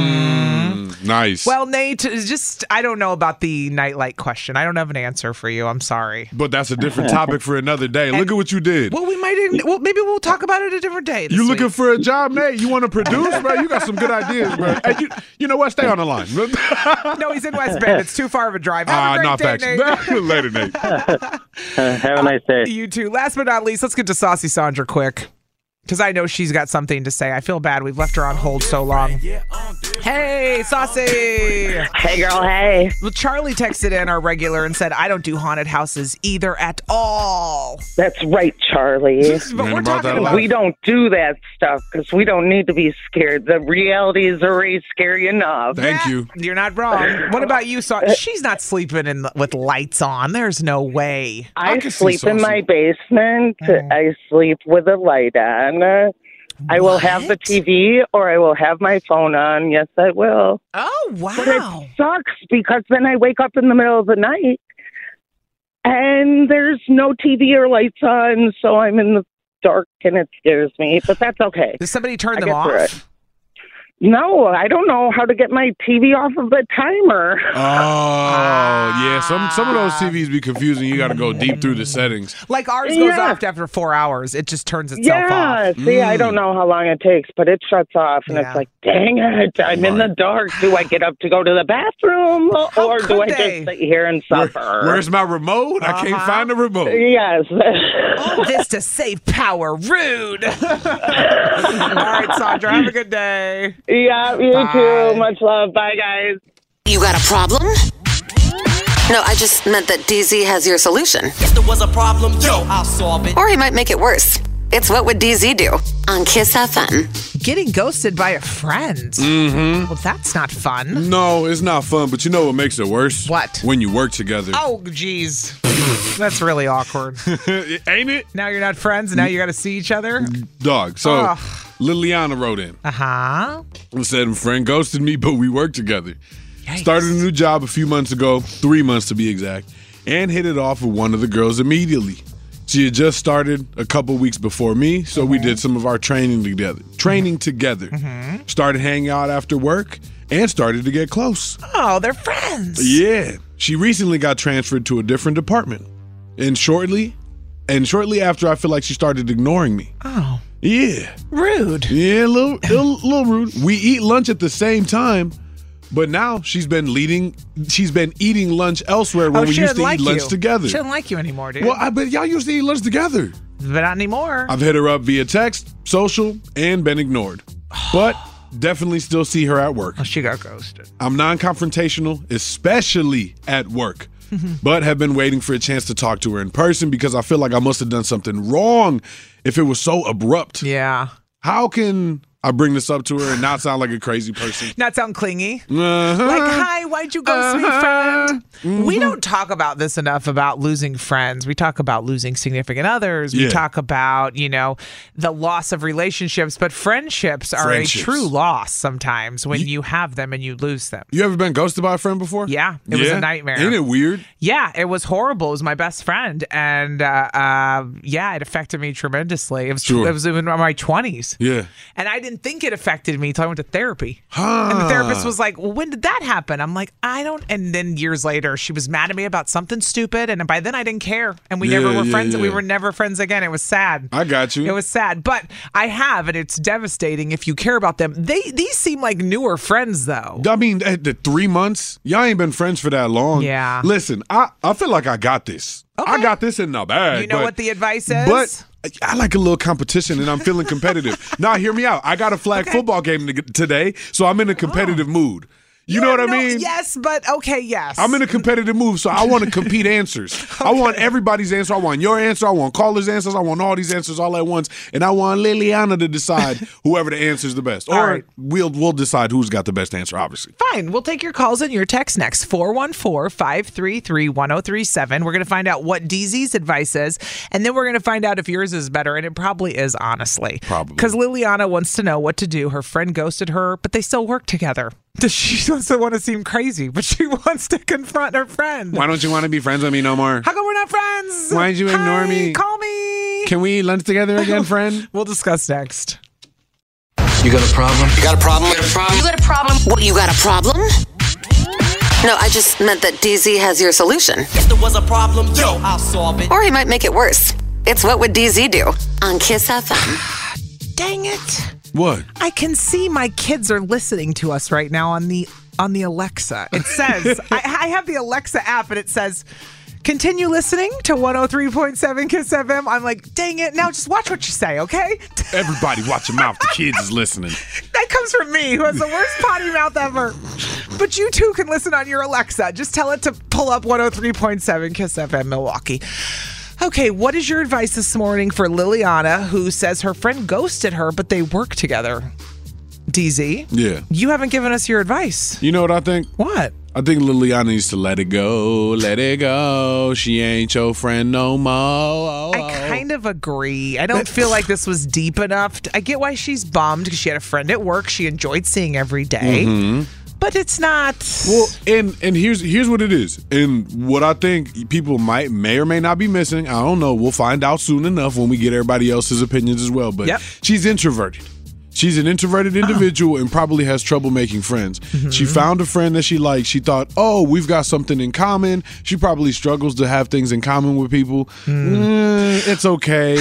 Speaker 3: Mm, nice.
Speaker 2: Mm-hmm. well, Nate, it's just I don't know about the nightlight question. I don't have an answer for you. I'm sorry.
Speaker 3: but that's a different topic for another day. Look at what you did.
Speaker 2: Well, we might. Well, maybe we'll talk about it a different day. this
Speaker 3: You looking
Speaker 2: week.
Speaker 3: for a job, Nate? You want to produce, bro? You got some good ideas, bro. Hey, you, you know what? Stay on the line.
Speaker 2: No, he's in West Bend. It's too far of a drive. Have a great
Speaker 3: Ah, not
Speaker 2: day,
Speaker 3: facts.
Speaker 2: Nate.
Speaker 3: Later, Nate.
Speaker 6: Have a nice day.
Speaker 2: You too. Last but not least, let's get to Saucy Sandra quick. Because I know she's got something to say. I feel bad. We've left her on hold so long. Hey, Saucy.
Speaker 7: Hey, girl, hey.
Speaker 2: Well, Charlie texted in our regular and said, I don't do haunted houses either at all.
Speaker 7: That's right, Charlie.
Speaker 2: But
Speaker 3: Man,
Speaker 2: we're
Speaker 3: about
Speaker 2: talking
Speaker 3: that
Speaker 2: about.
Speaker 3: loud.
Speaker 7: We don't do that stuff because we don't need to be scared. The reality is already scary enough.
Speaker 3: Thank you.
Speaker 2: You're not wrong. What about you,
Speaker 7: Uh,
Speaker 2: Saucy? She's not sleeping in the, with lights on. There's no way.
Speaker 7: I,
Speaker 3: can see
Speaker 7: sleep in
Speaker 3: saucy.
Speaker 7: my basement.
Speaker 2: Mm-hmm.
Speaker 7: I sleep with a light on. I will have the
Speaker 2: What?
Speaker 7: TV or I will have my phone on. Yes, I will.
Speaker 2: Oh,
Speaker 7: But it
Speaker 2: wow.
Speaker 7: sucks because then I wake up in the middle of the night and there's no TV or lights on, so I'm in the dark and it scares me. But that's okay.
Speaker 2: Does somebody turn
Speaker 7: I
Speaker 2: them
Speaker 7: guess
Speaker 2: off?
Speaker 7: we're No, I don't know how to get my TV off of the timer.
Speaker 3: Oh, yeah. Some some of those
Speaker 2: Ah.
Speaker 3: TVs be confusing. You got to go deep through the settings.
Speaker 2: Like ours goes
Speaker 7: Yeah.
Speaker 2: off after four hours. It just turns itself off.
Speaker 7: Yeah, see, I
Speaker 3: Mm.
Speaker 7: don't know how long it takes, but it shuts off, and
Speaker 2: Yeah.
Speaker 7: it's like, dang it, I'm in
Speaker 3: Right.
Speaker 7: the dark. Do I get up to go to the bathroom,
Speaker 2: How
Speaker 7: or
Speaker 2: could
Speaker 7: do I
Speaker 2: they?
Speaker 7: just sit here and suffer?
Speaker 3: Where's my remote? I can't
Speaker 2: Uh-huh.
Speaker 3: find the remote.
Speaker 7: yes.
Speaker 2: All this to save power. Rude. All right, Sandra, have a good day.
Speaker 7: yeah, you
Speaker 2: Bye.
Speaker 7: too. Much love. Bye, guys.
Speaker 1: You got a problem? No, I just meant that DZ has your solution.
Speaker 8: If there was a problem, yo, I'll solve it.
Speaker 1: Or he might make it worse. It's What Would DZ Do on Kiss FM.
Speaker 2: Getting ghosted by a friend. Mm-hmm. Well, that's not fun.
Speaker 3: No, it's not fun. But you know what makes it worse?
Speaker 2: What?
Speaker 3: When you work together,
Speaker 2: Oh, geez. that's really awkward.
Speaker 3: ain't it,
Speaker 2: Now you're not friends. Now you got to see each other.
Speaker 3: dog? So
Speaker 2: Ugh.
Speaker 3: Liliana wrote in.
Speaker 2: Uh huh.
Speaker 3: and said, friend ghosted me, but we work together. Started a new job a few months ago, three months to be exact, and hit it off with one of the girls immediately. She had just started a couple weeks before me, so we did some of our training together. Training
Speaker 2: Mm-hmm.
Speaker 3: together. Started hanging out after work and started to get close.
Speaker 2: Oh, they're friends.
Speaker 3: Yeah. She recently got transferred to a different department. And shortly, and shortly after, I feel like she started ignoring me.
Speaker 2: Oh,
Speaker 3: Yeah.
Speaker 2: rude.
Speaker 3: Yeah, a little, little, little rude. We eat lunch at the same time, but now she's been leading. She's been eating lunch elsewhere when
Speaker 2: oh,
Speaker 3: we
Speaker 2: she
Speaker 3: used
Speaker 2: doesn't
Speaker 3: to
Speaker 2: like
Speaker 3: eat lunch
Speaker 2: you.
Speaker 3: together.
Speaker 2: She doesn't like you anymore, dude.
Speaker 3: Well, I bet y'all used to eat lunch together.
Speaker 2: but not anymore.
Speaker 3: I've hit her up via text, social, and been ignored. but definitely still see her at work.
Speaker 2: Oh, She got ghosted.
Speaker 3: I'm non confrontational, especially at work, but have been waiting for a chance to talk to her in person because I feel like I must have done something wrong if it was so abrupt.
Speaker 2: Yeah.
Speaker 3: How can I bring this up to her and not sound like a crazy person?
Speaker 2: Not sound clingy.
Speaker 3: Uh-huh.
Speaker 2: Like, hi, why'd you ghost me, friend? We
Speaker 3: Mm-hmm.
Speaker 2: don't talk about this enough about losing friends. We talk about losing significant others. We
Speaker 3: Yeah.
Speaker 2: talk about, you know, the loss of relationships, but friendships are
Speaker 3: Friendships.
Speaker 2: a true loss sometimes when you, have them and you lose them.
Speaker 3: You ever been ghosted by a friend before?
Speaker 2: Yeah, it was
Speaker 3: Yeah?
Speaker 2: a nightmare.
Speaker 3: Ain't it weird?
Speaker 2: Yeah, it was horrible. It was my best friend, and uh, uh, yeah, it affected me tremendously. It was
Speaker 3: Sure.
Speaker 2: it was in my twenties,
Speaker 3: Yeah.
Speaker 2: and I didn't think it affected me until I went to therapy.
Speaker 3: Huh.
Speaker 2: And the therapist was like, "Well, when did that happen?" I'm like, "I don't." And then years later, she was mad at me about something stupid, and by then I didn't care, and we never
Speaker 3: Yeah,
Speaker 2: were
Speaker 3: yeah,
Speaker 2: friends. and We
Speaker 3: yeah.
Speaker 2: were never friends again. It was sad.
Speaker 3: I got you.
Speaker 2: It was sad, but I have, and it's devastating if you care about them. They these seem like newer friends though.
Speaker 3: I mean, at the three months, y'all ain't been friends for that long.
Speaker 2: Yeah.
Speaker 3: Listen, I, I feel like I got this. I got this in the bag.
Speaker 2: You know
Speaker 3: but-
Speaker 2: what the advice is?
Speaker 3: But I like a little competition, and I'm feeling competitive. now, hear me out. I got a flag football game to- today, so I'm in a competitive mood. You, know what I
Speaker 2: Oh. No,
Speaker 3: mean?
Speaker 2: yes, but okay, yes.
Speaker 3: I'm in a competitive mood, so I want to compete answers. I want everybody's answer. I want your answer. I want callers' answers. I want all these answers all at once, and I want Liliana to decide whoever the answer's the best,
Speaker 2: All
Speaker 3: or
Speaker 2: right.
Speaker 3: we'll we'll decide who's got the best answer. Obviously.
Speaker 2: Fine. We'll take your calls and your texts next. 414 533 1037. We're going to find out what DZ's advice is, and then we're going to find out if yours is better. And it probably is, honestly. Probably. Because Liliana wants to know what to do. Her friend ghosted her, but they still work together. She doesn't want to seem crazy, but she wants to confront her friend.
Speaker 3: Why don't you want to be friends with me no more?
Speaker 2: How come we're not friends?
Speaker 3: Why'd you ignore
Speaker 2: Hi,
Speaker 3: me?
Speaker 2: Call me.
Speaker 3: Can we eat lunch together again, friend?
Speaker 2: We'll discuss next.
Speaker 9: You got a problem? You got a problem?
Speaker 1: You got a problem? What, you got a problem? No, I just meant that DZ has your solution.
Speaker 8: If there was a problem, yo, I'll solve it.
Speaker 1: Or he might make it worse. It's What Would DZ Do on Kiss FM.
Speaker 2: Dang it.
Speaker 3: What?
Speaker 2: I can see my kids are listening to us right now on the on the Alexa. It says I, I have the Alexa app and it says continue listening to 103.7 Kiss FM. I'm like, dang it, now just watch what you say, okay?
Speaker 3: Everybody, watch your mouth. The kids is listening.
Speaker 2: That comes from me, who has the worst potty mouth ever. But you too can listen on your Alexa. Just tell it to pull up 103.7 Kiss FM Milwaukee. Okay, what is your advice this morning for Liliana, who says her friend ghosted her, but they work together? DZ?
Speaker 3: Yeah.
Speaker 2: You haven't given us your advice.
Speaker 3: You know what I think?
Speaker 2: What?
Speaker 3: I think Liliana needs to let it go, let it go. She ain't your friend no more.
Speaker 2: I kind of agree. I don't feel like this was deep enough. I get why she's bummed because she had a friend at work she enjoyed seeing every day.
Speaker 3: Mhm.
Speaker 2: but it's not.
Speaker 3: Well, and and here's here's what it is, and what I think people might may or may not be missing. I don't know. We'll find out soon enough when we get everybody else's opinions as well. But
Speaker 2: Yep.
Speaker 3: she's introverted. She's an introverted individual and probably has trouble making friends. She found a friend that she liked. She thought, oh, we've got something in common. She probably struggles to have things in common with people. Mm, it's okay.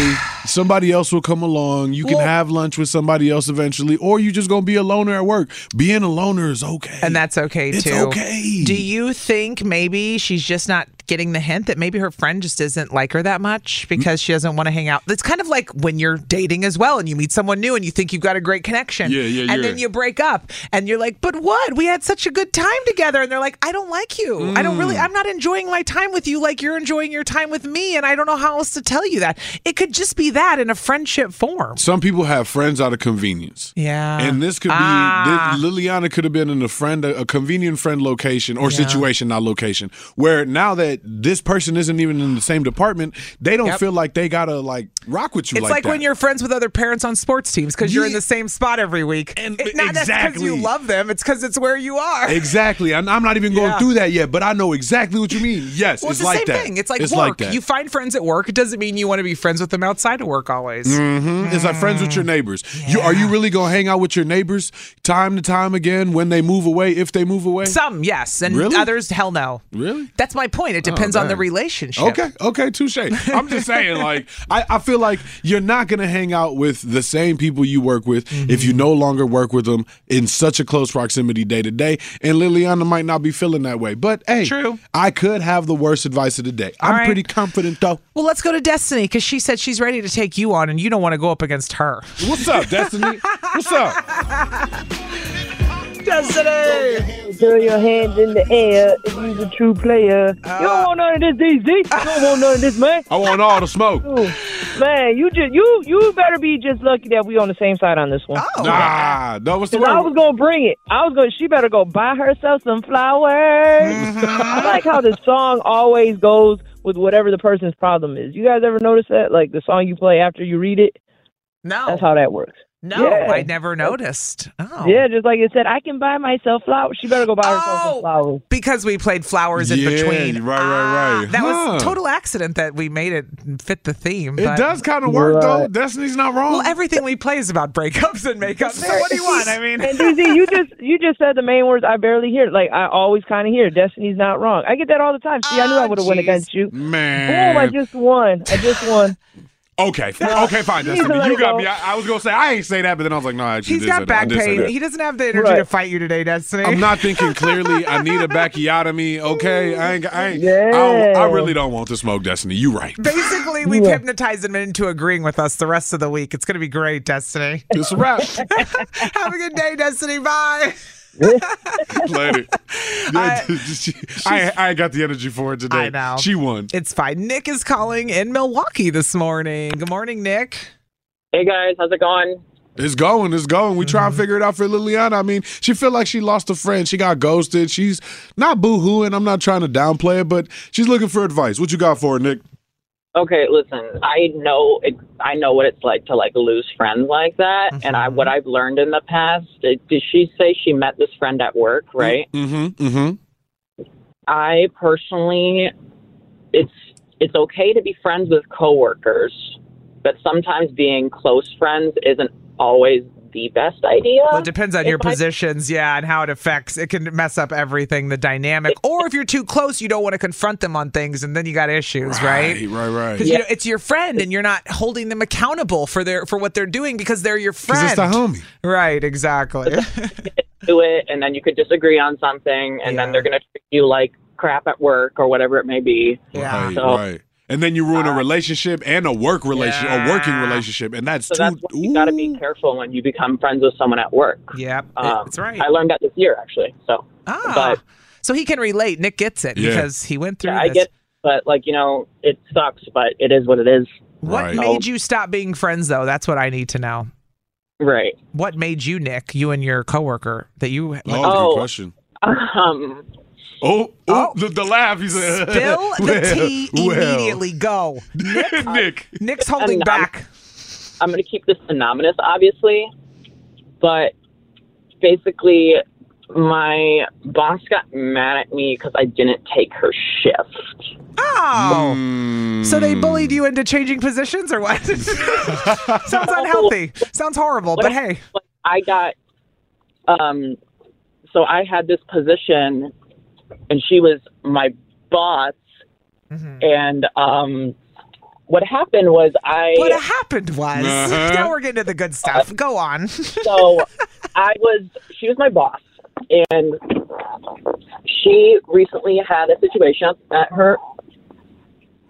Speaker 3: Somebody else will come along. You can have lunch with somebody else eventually, or you just going to be a loner at work. Being a loner is okay.
Speaker 2: And that's okay
Speaker 3: It's
Speaker 2: too.
Speaker 3: okay.
Speaker 2: Do you think maybe she's just not getting the hint that maybe her friend just isn't like her that
Speaker 3: Mm.
Speaker 2: much because she doesn't want to hang out? It's kind of like when you're dating as well and you meet someone new and you think you've got a great connection.
Speaker 3: Yeah, yeah,
Speaker 2: And
Speaker 3: yeah.
Speaker 2: then you break up and you're like, but what? We had such a good time together. And they're like, I don't like you. I don't
Speaker 3: Mm.
Speaker 2: really, I'm not enjoying my time with you like you're enjoying your time with me. And I don't know how else to tell you that. It could just be that in a friendship form.
Speaker 3: Some people have friends out of convenience.
Speaker 2: Yeah.
Speaker 3: And this could be
Speaker 2: Ah.
Speaker 3: this, Liliana could have been in a friend a convenient friend location or
Speaker 2: Yeah.
Speaker 3: situation, not location, where now that this person isn't even in the same department, they don't
Speaker 2: Yep.
Speaker 3: feel like they gotta like rock with you.
Speaker 2: It's like,
Speaker 3: that.
Speaker 2: when you're friends with other parents on sports teams because you're in
Speaker 3: Yeah.
Speaker 2: the same spot every week. And it, not because you
Speaker 3: exactly.
Speaker 2: love them; it's because it's where you are.
Speaker 3: Exactly. I'm, I'm not even going
Speaker 2: Yeah.
Speaker 3: through that yet, but I know exactly what you mean. Yes,
Speaker 2: Well,
Speaker 3: it's,
Speaker 2: it's, the
Speaker 3: like
Speaker 2: same
Speaker 3: that.
Speaker 2: thing. It's like work.
Speaker 3: that.
Speaker 2: you find friends at work. It doesn't mean you want to be friends with them outside of work always.
Speaker 3: Mhm. It's like friends with your
Speaker 2: Mm.
Speaker 3: neighbors. You are you really gonna hang out with your neighbors time to time again when they move away, if they move away?
Speaker 2: Some, yes, and
Speaker 3: Really?
Speaker 2: others, hell no.
Speaker 3: Really?
Speaker 2: That's my point. It depends on the
Speaker 3: dang.
Speaker 2: relationship.
Speaker 3: Okay, okay, touche. I'm just saying, like, I, I feel like you're not gonna hang out with the same people you work with if you no longer work with them in such a close proximity day to day. And Liliana might not be feeling that way. But hey,
Speaker 2: True.
Speaker 3: I could have the worst advice of the day. I'm
Speaker 2: right.
Speaker 3: pretty confident though.
Speaker 2: Well, let's go to Destiny because she said she's ready to take you on, and you don't want to go up against her.
Speaker 3: What's up, Destiny? What's up?
Speaker 2: Destiny!
Speaker 10: Throw your hands in the air if you's a true player. you don't want none of this, DZ. You don't want none of this, man.
Speaker 3: Uh, I want all the smoke.
Speaker 10: Ooh, man, you just you you better be just lucky that we on the same side on this one.
Speaker 3: Oh. Nah, no, what's the
Speaker 10: Cause I
Speaker 3: word?
Speaker 10: was gonna bring it. I was gonna. She better go buy herself some flowers.
Speaker 3: Mm-hmm.
Speaker 10: I like how the song always goes with whatever the person's problem is. You guys ever notice that? Like the song you play after you read it.
Speaker 2: No,
Speaker 10: that's how that works.
Speaker 2: No,
Speaker 10: Yeah.
Speaker 2: I never noticed. Oh.
Speaker 10: Yeah, just like it said, I can buy myself flowers. She better go buy herself
Speaker 2: Oh.
Speaker 10: some flowers.
Speaker 2: Because we played flowers in
Speaker 3: Yeah,
Speaker 2: between. Ah,
Speaker 3: right, right, right.
Speaker 2: That was
Speaker 3: Huh.
Speaker 2: total accident that we made it fit the theme.
Speaker 3: It
Speaker 2: but-
Speaker 3: does kind of work though. Destiny's not wrong.
Speaker 2: Well, everything we play is about breakups and makeups. So what do you want? I mean,
Speaker 10: And DZ, you just you just said the main words I barely hear. Like I always kind of hear. Destiny's not wrong. I get that all the time. See, I
Speaker 2: Ah,
Speaker 10: knew I would have went against you.
Speaker 3: Man.
Speaker 10: Boom! I just won. I just won.
Speaker 3: Okay, f-
Speaker 10: No.
Speaker 3: okay, fine,
Speaker 10: He's
Speaker 3: Destiny.
Speaker 10: gonna
Speaker 3: You got
Speaker 10: go.
Speaker 3: me. I, I was gonna say I ain't say that, but then I was like, no, I actually
Speaker 2: he's
Speaker 3: did say
Speaker 2: got
Speaker 3: that. I
Speaker 2: back
Speaker 3: did say
Speaker 2: pain.
Speaker 3: that.
Speaker 2: He doesn't have the energy to fight you today, Destiny.
Speaker 3: I'm not thinking clearly. I need a bacchiotomy. Okay, I ain't. I, ain't, I, don't- I
Speaker 2: Yeah.
Speaker 3: really don't want to smoke, Destiny. You right.
Speaker 2: Basically, we've hypnotized him into agreeing with us the rest of the week. It's going to be great, Destiny.
Speaker 3: It's a wrap.
Speaker 2: Have a good day, Destiny. Bye.
Speaker 3: Later. I, I, I ain't got the energy for it today.
Speaker 2: I know.
Speaker 3: She won.
Speaker 2: It's fine. Nick is calling in Milwaukee this morning. Good morning, Nick.
Speaker 11: Hey guys, how's it going?
Speaker 3: It's going. It's going. We try and figure it out for Liliana. I mean, she feel like she lost a friend. She got ghosted. She's not boo-hooing. I'm not trying to downplay it, but she's looking for advice. What you got for her, Nick?
Speaker 11: Okay, listen, I know it, I know what it's like to like lose friends like that, and I
Speaker 3: Mm-hmm.
Speaker 11: what I've learned in the past. It, did she say she met this friend at work? Right.
Speaker 3: Mm-hmm. Mm-hmm.
Speaker 11: I personally, it's it's okay to be friends with coworkers, but sometimes being close friends isn't always the best idea.
Speaker 2: Well, it depends on your
Speaker 11: If I-
Speaker 2: positions, yeah, and how it affects. It can mess up everything, the dynamic. Or if you're too close, you don't want to confront them on things, and then you got issues, right?
Speaker 3: Right, right, right.
Speaker 2: 'Cause, you know, it's your friend, and you're not holding them accountable for their for what they're doing because they're your friend.
Speaker 3: 'Cause it's the homie.
Speaker 2: Right, exactly.
Speaker 11: do it and then you could disagree on something and then they're going to treat you like crap at work or whatever it may be.
Speaker 3: Right,
Speaker 11: So, uh,
Speaker 3: right. And then you ruin a relationship and a work relationship, a working relationship, and that's
Speaker 11: so
Speaker 3: too.
Speaker 11: that's why you got to be careful when you become friends with someone at work.
Speaker 2: Yep.
Speaker 11: Um,
Speaker 2: that's right.
Speaker 11: I learned that this year actually. So,
Speaker 2: ah,
Speaker 11: but
Speaker 2: so he can relate. Nick gets it
Speaker 11: Yeah.
Speaker 2: because he went through
Speaker 11: yeah, I
Speaker 2: this.
Speaker 11: get but like, you know, it sucks, but it is what it is.
Speaker 2: What
Speaker 11: So-
Speaker 2: made you stop being friends, though? That's what I need to know.
Speaker 11: Right.
Speaker 2: What made you, Nick, you and your coworker, that you?
Speaker 3: Oh, good
Speaker 11: Oh.
Speaker 3: question.
Speaker 11: Um,
Speaker 3: Oh, oh, The, the laugh. He's a,
Speaker 2: Bill the tea
Speaker 3: well.
Speaker 2: immediately. Go, Nick. uh,
Speaker 3: Nick.
Speaker 2: Nick's holding
Speaker 11: Anon-
Speaker 2: back.
Speaker 11: I'm going to keep this anonymous, obviously, but basically, my boss got mad at me because I didn't take her shift.
Speaker 2: Oh,
Speaker 3: Hmm.
Speaker 2: so they bullied you into changing positions, or what? Sounds unhealthy. Sounds horrible. But hey,
Speaker 11: I got, um, so I had this position, and she was my boss,
Speaker 2: Mm-hmm.
Speaker 11: and um, what happened was I.
Speaker 2: what happened was
Speaker 11: Uh-huh.
Speaker 2: now we're getting to the good stuff. Go on.
Speaker 11: so I was she was my boss and she recently had a situation at her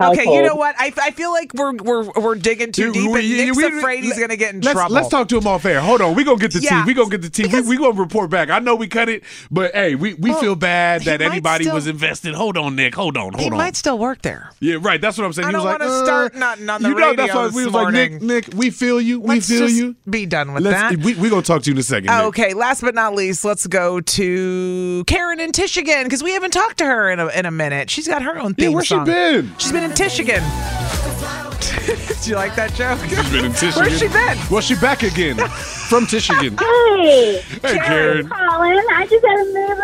Speaker 2: Okay, you know
Speaker 11: household.
Speaker 2: what? I, I feel like we're we're we're digging too deep, and Nick's afraid he's gonna get in
Speaker 3: let's,
Speaker 2: trouble.
Speaker 3: Let's talk to him off air. Hold on. We gonna get the
Speaker 2: Yeah,
Speaker 3: tea. We gonna get the tea. We, we gonna report back. I know we cut it, but hey, we, we feel bad that
Speaker 2: Oh, might
Speaker 3: anybody
Speaker 2: still-
Speaker 3: was invested. Hold on, Nick. Hold on. Hold
Speaker 2: He
Speaker 3: on.
Speaker 2: might still work there.
Speaker 3: yeah, right. That's what I'm saying.
Speaker 2: I
Speaker 3: he was like,
Speaker 2: don't want to
Speaker 3: uh,
Speaker 2: start nothing on the
Speaker 3: you know,
Speaker 2: radio
Speaker 3: that's why
Speaker 2: this
Speaker 3: we was like,
Speaker 2: morning.
Speaker 3: Nick, Nick, we feel you.
Speaker 2: Let's
Speaker 3: we feel
Speaker 2: just
Speaker 3: you.
Speaker 2: Be done with
Speaker 3: Let's,
Speaker 2: that. Oh,
Speaker 3: we we gonna talk to you in a second. Nick.
Speaker 2: Okay, last but not least, let's go to Karen in Tishigan because we haven't talked to her in a, in a minute. She's got her own
Speaker 3: Yeah,
Speaker 2: theme
Speaker 3: where she
Speaker 2: song.
Speaker 3: been?
Speaker 2: She's been in Tishigan. Do you like that joke?
Speaker 3: She's been in Tishigan.
Speaker 2: Where's she been?
Speaker 3: Well, she back again from Tishigan.
Speaker 12: Hey,
Speaker 3: Hey, Karen.
Speaker 12: Colin, I just had to move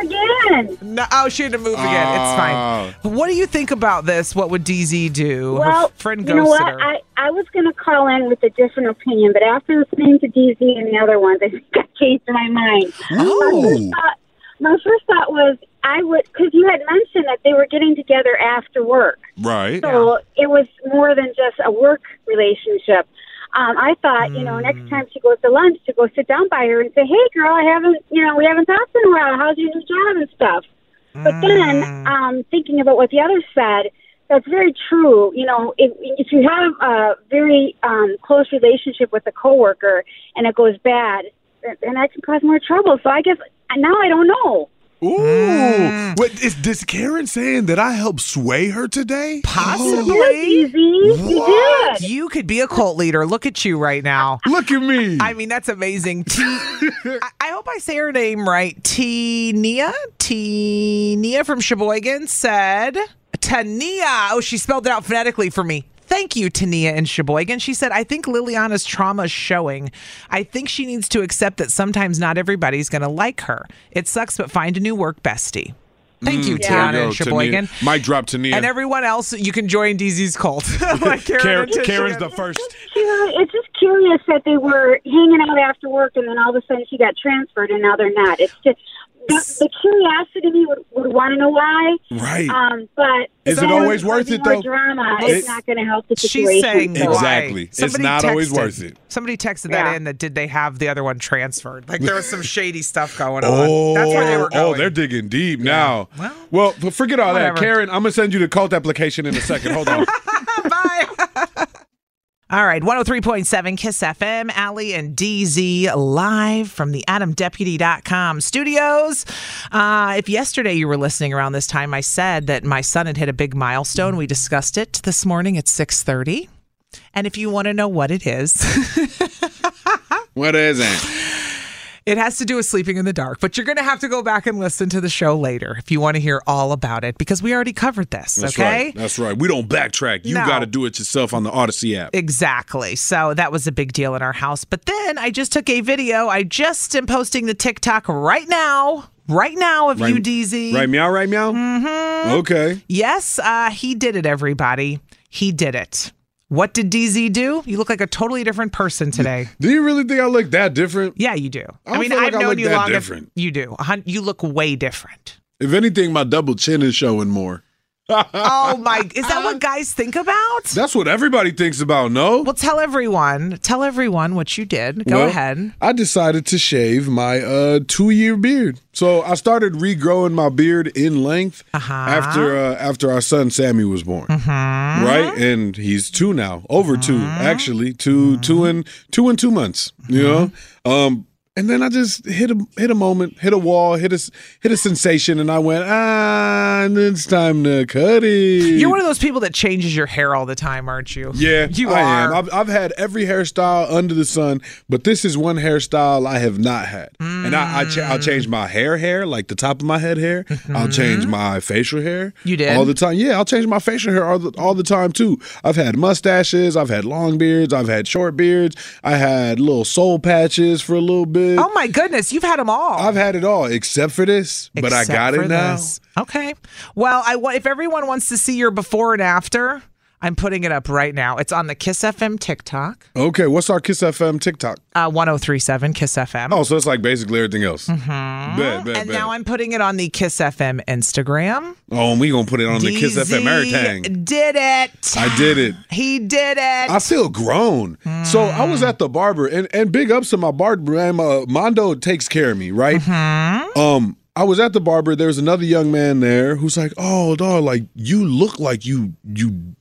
Speaker 12: again.
Speaker 2: No, oh, she had to move again. It's
Speaker 3: Ah.
Speaker 2: fine. What do you think about this? What would DZ do?
Speaker 12: Well,
Speaker 2: her friend
Speaker 12: you know
Speaker 2: ghosted
Speaker 12: what?
Speaker 2: her.
Speaker 12: I, I was going to call in with a different opinion, but after listening to DZ and the other ones, I think I changed my mind.
Speaker 3: Oh.
Speaker 12: My first thought, my first thought was I would, because you had mentioned that they were getting together after work.
Speaker 3: Right.
Speaker 12: So it was more than just a work relationship. Um, I thought, you know,
Speaker 2: Hmm.
Speaker 12: next time she goes to lunch, to go sit down by her and say, "Hey, girl, I haven't, you know, we haven't talked in a while. How's your new job and stuff?" But then, um, thinking about what the others said, that's very true. You know, if, if you have a very um, close relationship with a coworker and it goes bad, and that can cause more trouble. So I guess now I don't know.
Speaker 3: Ooh,
Speaker 2: Mm.
Speaker 3: wait, is this Karen saying that I helped sway her today? Oh,
Speaker 2: Possibly.
Speaker 12: What?
Speaker 2: You could be a cult leader. Look at you right now.
Speaker 3: Look at me.
Speaker 2: I mean, that's amazing. T- I, I hope I say her name right. Tania? Tania from Sheboygan said, Tania. Oh, she spelled it out phonetically for me. Thank you, Tania in Sheboygan. She said, I think Liliana's trauma is showing. I think she needs to accept that sometimes not everybody's going to like her. It sucks, but find a new work bestie. Thank you,
Speaker 3: Mm, There
Speaker 2: Tiana
Speaker 3: go,
Speaker 2: in Sheboygan.
Speaker 3: Tania. Mic drop, Tania.
Speaker 2: And everyone else, you can join DZ's cult. like Karen
Speaker 3: Karen-
Speaker 2: and Tisha.
Speaker 3: Karen's the first.
Speaker 12: Curious- It's just curious that they were hanging out after work, and then all of a sudden she got transferred, and now they're not. It's just the, the curiosity me would, would want to know why.
Speaker 3: Right.
Speaker 12: Um, but
Speaker 3: Is it
Speaker 12: someone
Speaker 3: always worth
Speaker 12: causing
Speaker 3: it,
Speaker 12: more
Speaker 3: though?
Speaker 12: Drama
Speaker 3: It-
Speaker 12: is not going to help the situation.
Speaker 2: She's saying
Speaker 3: so. Exactly. It's
Speaker 2: Somebody
Speaker 3: not always
Speaker 2: texted-
Speaker 3: worth it.
Speaker 2: Somebody texted
Speaker 12: Yeah.
Speaker 2: that in that did they have the other one transferred? Like there was some shady stuff going on. That's where they were
Speaker 3: Oh,
Speaker 2: going.
Speaker 3: they're digging deep now. Well, f- forget all that.
Speaker 2: whatever.
Speaker 3: Karen, I'm going to send you the cult application in a second. Hold on.
Speaker 2: All right, 103.7 Kiss FM, Allie and DZ live from the AdamDeputy.com studios. Uh, if yesterday you were listening around this time, I said that my son had hit a big milestone. We discussed it this morning at 6.30. And if you want to know what it is...
Speaker 3: what is it?
Speaker 2: It has to do with sleeping in the dark, but you're going to have to go back and listen to the show later if you want to hear all about it because we already covered this.
Speaker 3: That's
Speaker 2: okay.
Speaker 3: right. That's right. We don't backtrack. You
Speaker 2: No.
Speaker 3: got to do it yourself on the Odyssey app.
Speaker 2: Exactly. So that was a big deal in our house. But then I just took a video. I just am posting the TikTok right now. Right now of you,
Speaker 3: Right-
Speaker 2: DZ.
Speaker 3: Right meow, right meow? Mm-hmm. Okay.
Speaker 2: Yes, uh, he did it, everybody. He did it. What did DZ do? You look like a totally different person today.
Speaker 3: Do you really think I look that different?
Speaker 2: Yeah, you do.
Speaker 3: I
Speaker 2: I,
Speaker 3: don't
Speaker 2: mean,
Speaker 3: feel like
Speaker 2: I've
Speaker 3: I
Speaker 2: known
Speaker 3: look
Speaker 2: you
Speaker 3: that
Speaker 2: long. enough-
Speaker 3: different.
Speaker 2: You do. A hun- You look way different.
Speaker 3: If anything, my double chin is showing more.
Speaker 2: oh my! Is that what guys think about?
Speaker 3: That's what everybody thinks about, no?
Speaker 2: Well, tell everyone. Tell everyone what you did. Go
Speaker 3: Well,
Speaker 2: ahead.
Speaker 3: I decided to shave my uh, two year beard. So I started regrowing my beard in length
Speaker 2: Uh-huh.
Speaker 3: after uh, after our son Sammy was born. Right? And he's two now, over two, actually. 2 two and two and two months. You know? Um and then I just hit a hit a moment, hit a wall, hit a s- hit a sensation, and I went ah, and it's time to cut it.
Speaker 2: You're one of those people that changes your hair all the time, aren't you?
Speaker 3: Yeah,
Speaker 2: you
Speaker 3: I am.
Speaker 2: are.
Speaker 3: I've, I've had every hairstyle under the sun, but this is one hairstyle I have not had. And I, I ch- I'll change my hair, hair like the top of my head hair. I'll change my facial hair.
Speaker 2: Mm-hmm. You did?
Speaker 3: all the time. Yeah, I'll change my facial hair all the, all the time too. I've had mustaches. I've had long beards. I've had short beards. I had little soul patches for a little bit.
Speaker 2: Oh my goodness, you've had them all.
Speaker 3: I've had it all except for this, but I
Speaker 2: Except
Speaker 3: got
Speaker 2: for
Speaker 3: it now.
Speaker 2: this. Okay. Well, I wa- if everyone wants to see your before and after, I'm putting it up right now. It's on the Kiss FM TikTok,
Speaker 3: Okay, what's our Kiss FM TikTok?
Speaker 2: uh, 1037 Kiss FM.
Speaker 3: Oh, so it's like basically everything else.
Speaker 2: Mhm.
Speaker 3: Bet, bet,
Speaker 2: and
Speaker 3: bet.
Speaker 2: now I'm putting it on the Kiss FM Instagram.
Speaker 3: Oh, and we gonna put it on the Kiss FM everything.
Speaker 2: did it.
Speaker 3: I did it.
Speaker 2: He did it.
Speaker 3: I feel grown. So I was
Speaker 2: Hmm.
Speaker 3: at the barber, and, and big ups to my barber. man, uh, Mondo takes care of me, right?
Speaker 2: Mm-hmm.
Speaker 3: Um, I was at the barber. There was another young man there who's like, "Oh, dog, like you look like you you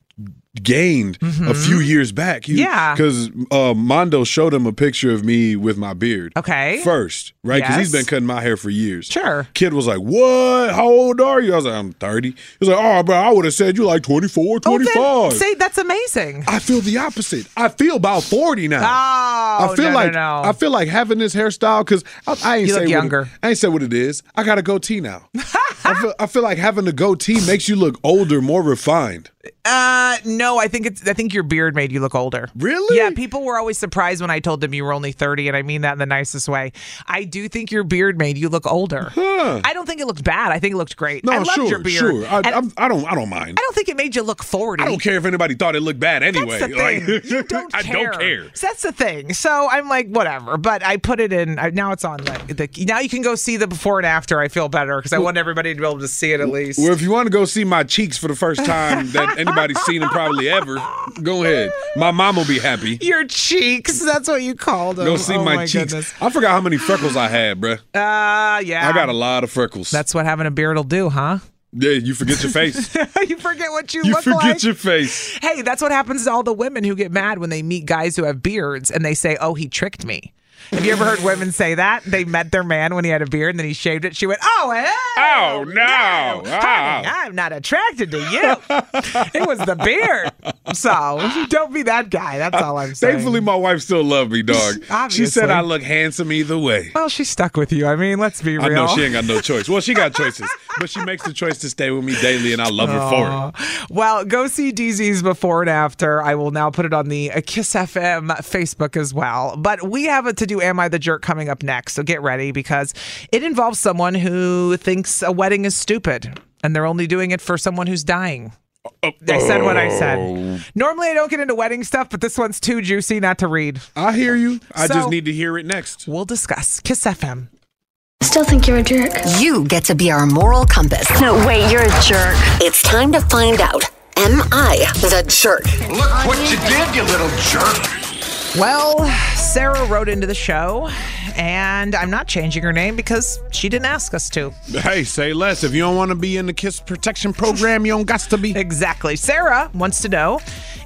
Speaker 3: gained a few years back." You,
Speaker 2: Mm-hmm. Yeah.
Speaker 3: because uh, Mondo showed him a picture of me with my beard.
Speaker 2: Okay.
Speaker 3: first, right? Because he's
Speaker 2: Yes.
Speaker 3: been cutting my hair for years.
Speaker 2: Sure.
Speaker 3: Kid was like, "What? How old are you?" I was like, "I'm 30." He was like, "Oh, bro, I would have said you like 24,
Speaker 2: Oh, then
Speaker 3: 25."
Speaker 2: say that's amazing.
Speaker 3: I feel the opposite. I feel about forty now.
Speaker 2: Oh,
Speaker 3: I feel
Speaker 2: no, no,
Speaker 3: like
Speaker 2: no.
Speaker 3: I feel like having this hairstyle because I, I ain't
Speaker 2: You
Speaker 3: say
Speaker 2: look
Speaker 3: what it-
Speaker 2: younger.
Speaker 3: I ain't say what it is. I got a goatee now. I, feel, I feel like having a goatee makes you look older, more refined.
Speaker 2: Uh, no, I think it's. I think your beard made you look older.
Speaker 3: Really?
Speaker 2: Yeah. People were always surprised when I told them you were only thirty, and I mean that in the nicest way. I do think your beard made you look older. I don't think it looked bad. I think it looked great.
Speaker 3: No,
Speaker 2: I loved
Speaker 3: sure,
Speaker 2: your beard.
Speaker 3: sure. I,
Speaker 2: And I,
Speaker 3: I'm, I don't. I don't mind.
Speaker 2: don't think it made you look forty.
Speaker 3: I don't care if anybody thought it looked bad anyway.
Speaker 2: That's the thing.
Speaker 3: Like,
Speaker 2: you don't
Speaker 3: I
Speaker 2: care.
Speaker 3: don't care.
Speaker 2: So that's the thing. So I'm like, whatever. But I put it in. I, now it's on the, the. Now you can go see the before and after. I feel better because I want everybody to be able to see it at least.
Speaker 3: Well, if you want to go see my cheeks for the first time that anybody's seen them probably ever, go ahead. My mom will be happy.
Speaker 2: Your cheeks. That's what you called them.
Speaker 3: Go see
Speaker 2: oh
Speaker 3: my, cheeks.
Speaker 2: Goodness.
Speaker 3: I forgot how many freckles I had, bruh.
Speaker 2: Uh, yeah.
Speaker 3: I got a lot of freckles.
Speaker 2: That's what having a beard will do, huh?
Speaker 3: Yeah, you forget your face.
Speaker 2: you forget what you,
Speaker 3: you
Speaker 2: look
Speaker 3: forget
Speaker 2: like.
Speaker 3: your face.
Speaker 2: hey, that's what happens to all the women who get mad when they meet guys who have beards and they say, "Oh, he tricked me." Have you ever heard women say that? They met their man when he had a beard and then he shaved it. She went, Oh, hell
Speaker 3: Oh, no. Ah.
Speaker 2: Honey, I'm not attracted to you. it was the beard. So don't be that guy. That's all I'm saying.
Speaker 3: Thankfully, my wife still loved me, dog. she
Speaker 2: Obviously.
Speaker 3: said I look handsome either way.
Speaker 2: Well, she stuck with you. I mean, let's be real.
Speaker 3: I know she ain't got no choice. Well, she got choices, but she makes the choice to stay with me daily, and I love her for
Speaker 2: Aw. Well, go see DZ's before and after. I will now put it on the uh, Kiss FM Facebook as well. But we have a to do Am I the Jerk coming up next. So get ready because it involves someone who thinks a wedding is stupid and they're only doing it for someone who's dying.
Speaker 3: it.
Speaker 2: I said what I said.
Speaker 3: Oh.
Speaker 2: Normally, I don't get into wedding stuff, but this one's too juicy not to read.
Speaker 3: I hear you. I
Speaker 2: So-
Speaker 3: just need to hear it next.
Speaker 2: We'll discuss Kiss FM.
Speaker 1: Still think you're a jerk? You get to be our moral compass. No, wait, you're a jerk. It's time to find out. Am I the jerk?
Speaker 9: Look what you did, you little jerk.
Speaker 2: Well, Sarah wrote into the show, and I'm not changing her name because she didn't ask us to.
Speaker 3: Hey, say less. If you don't want to be in the Kiss Protection Program, you don't got to be.
Speaker 2: Exactly. Sarah wants to know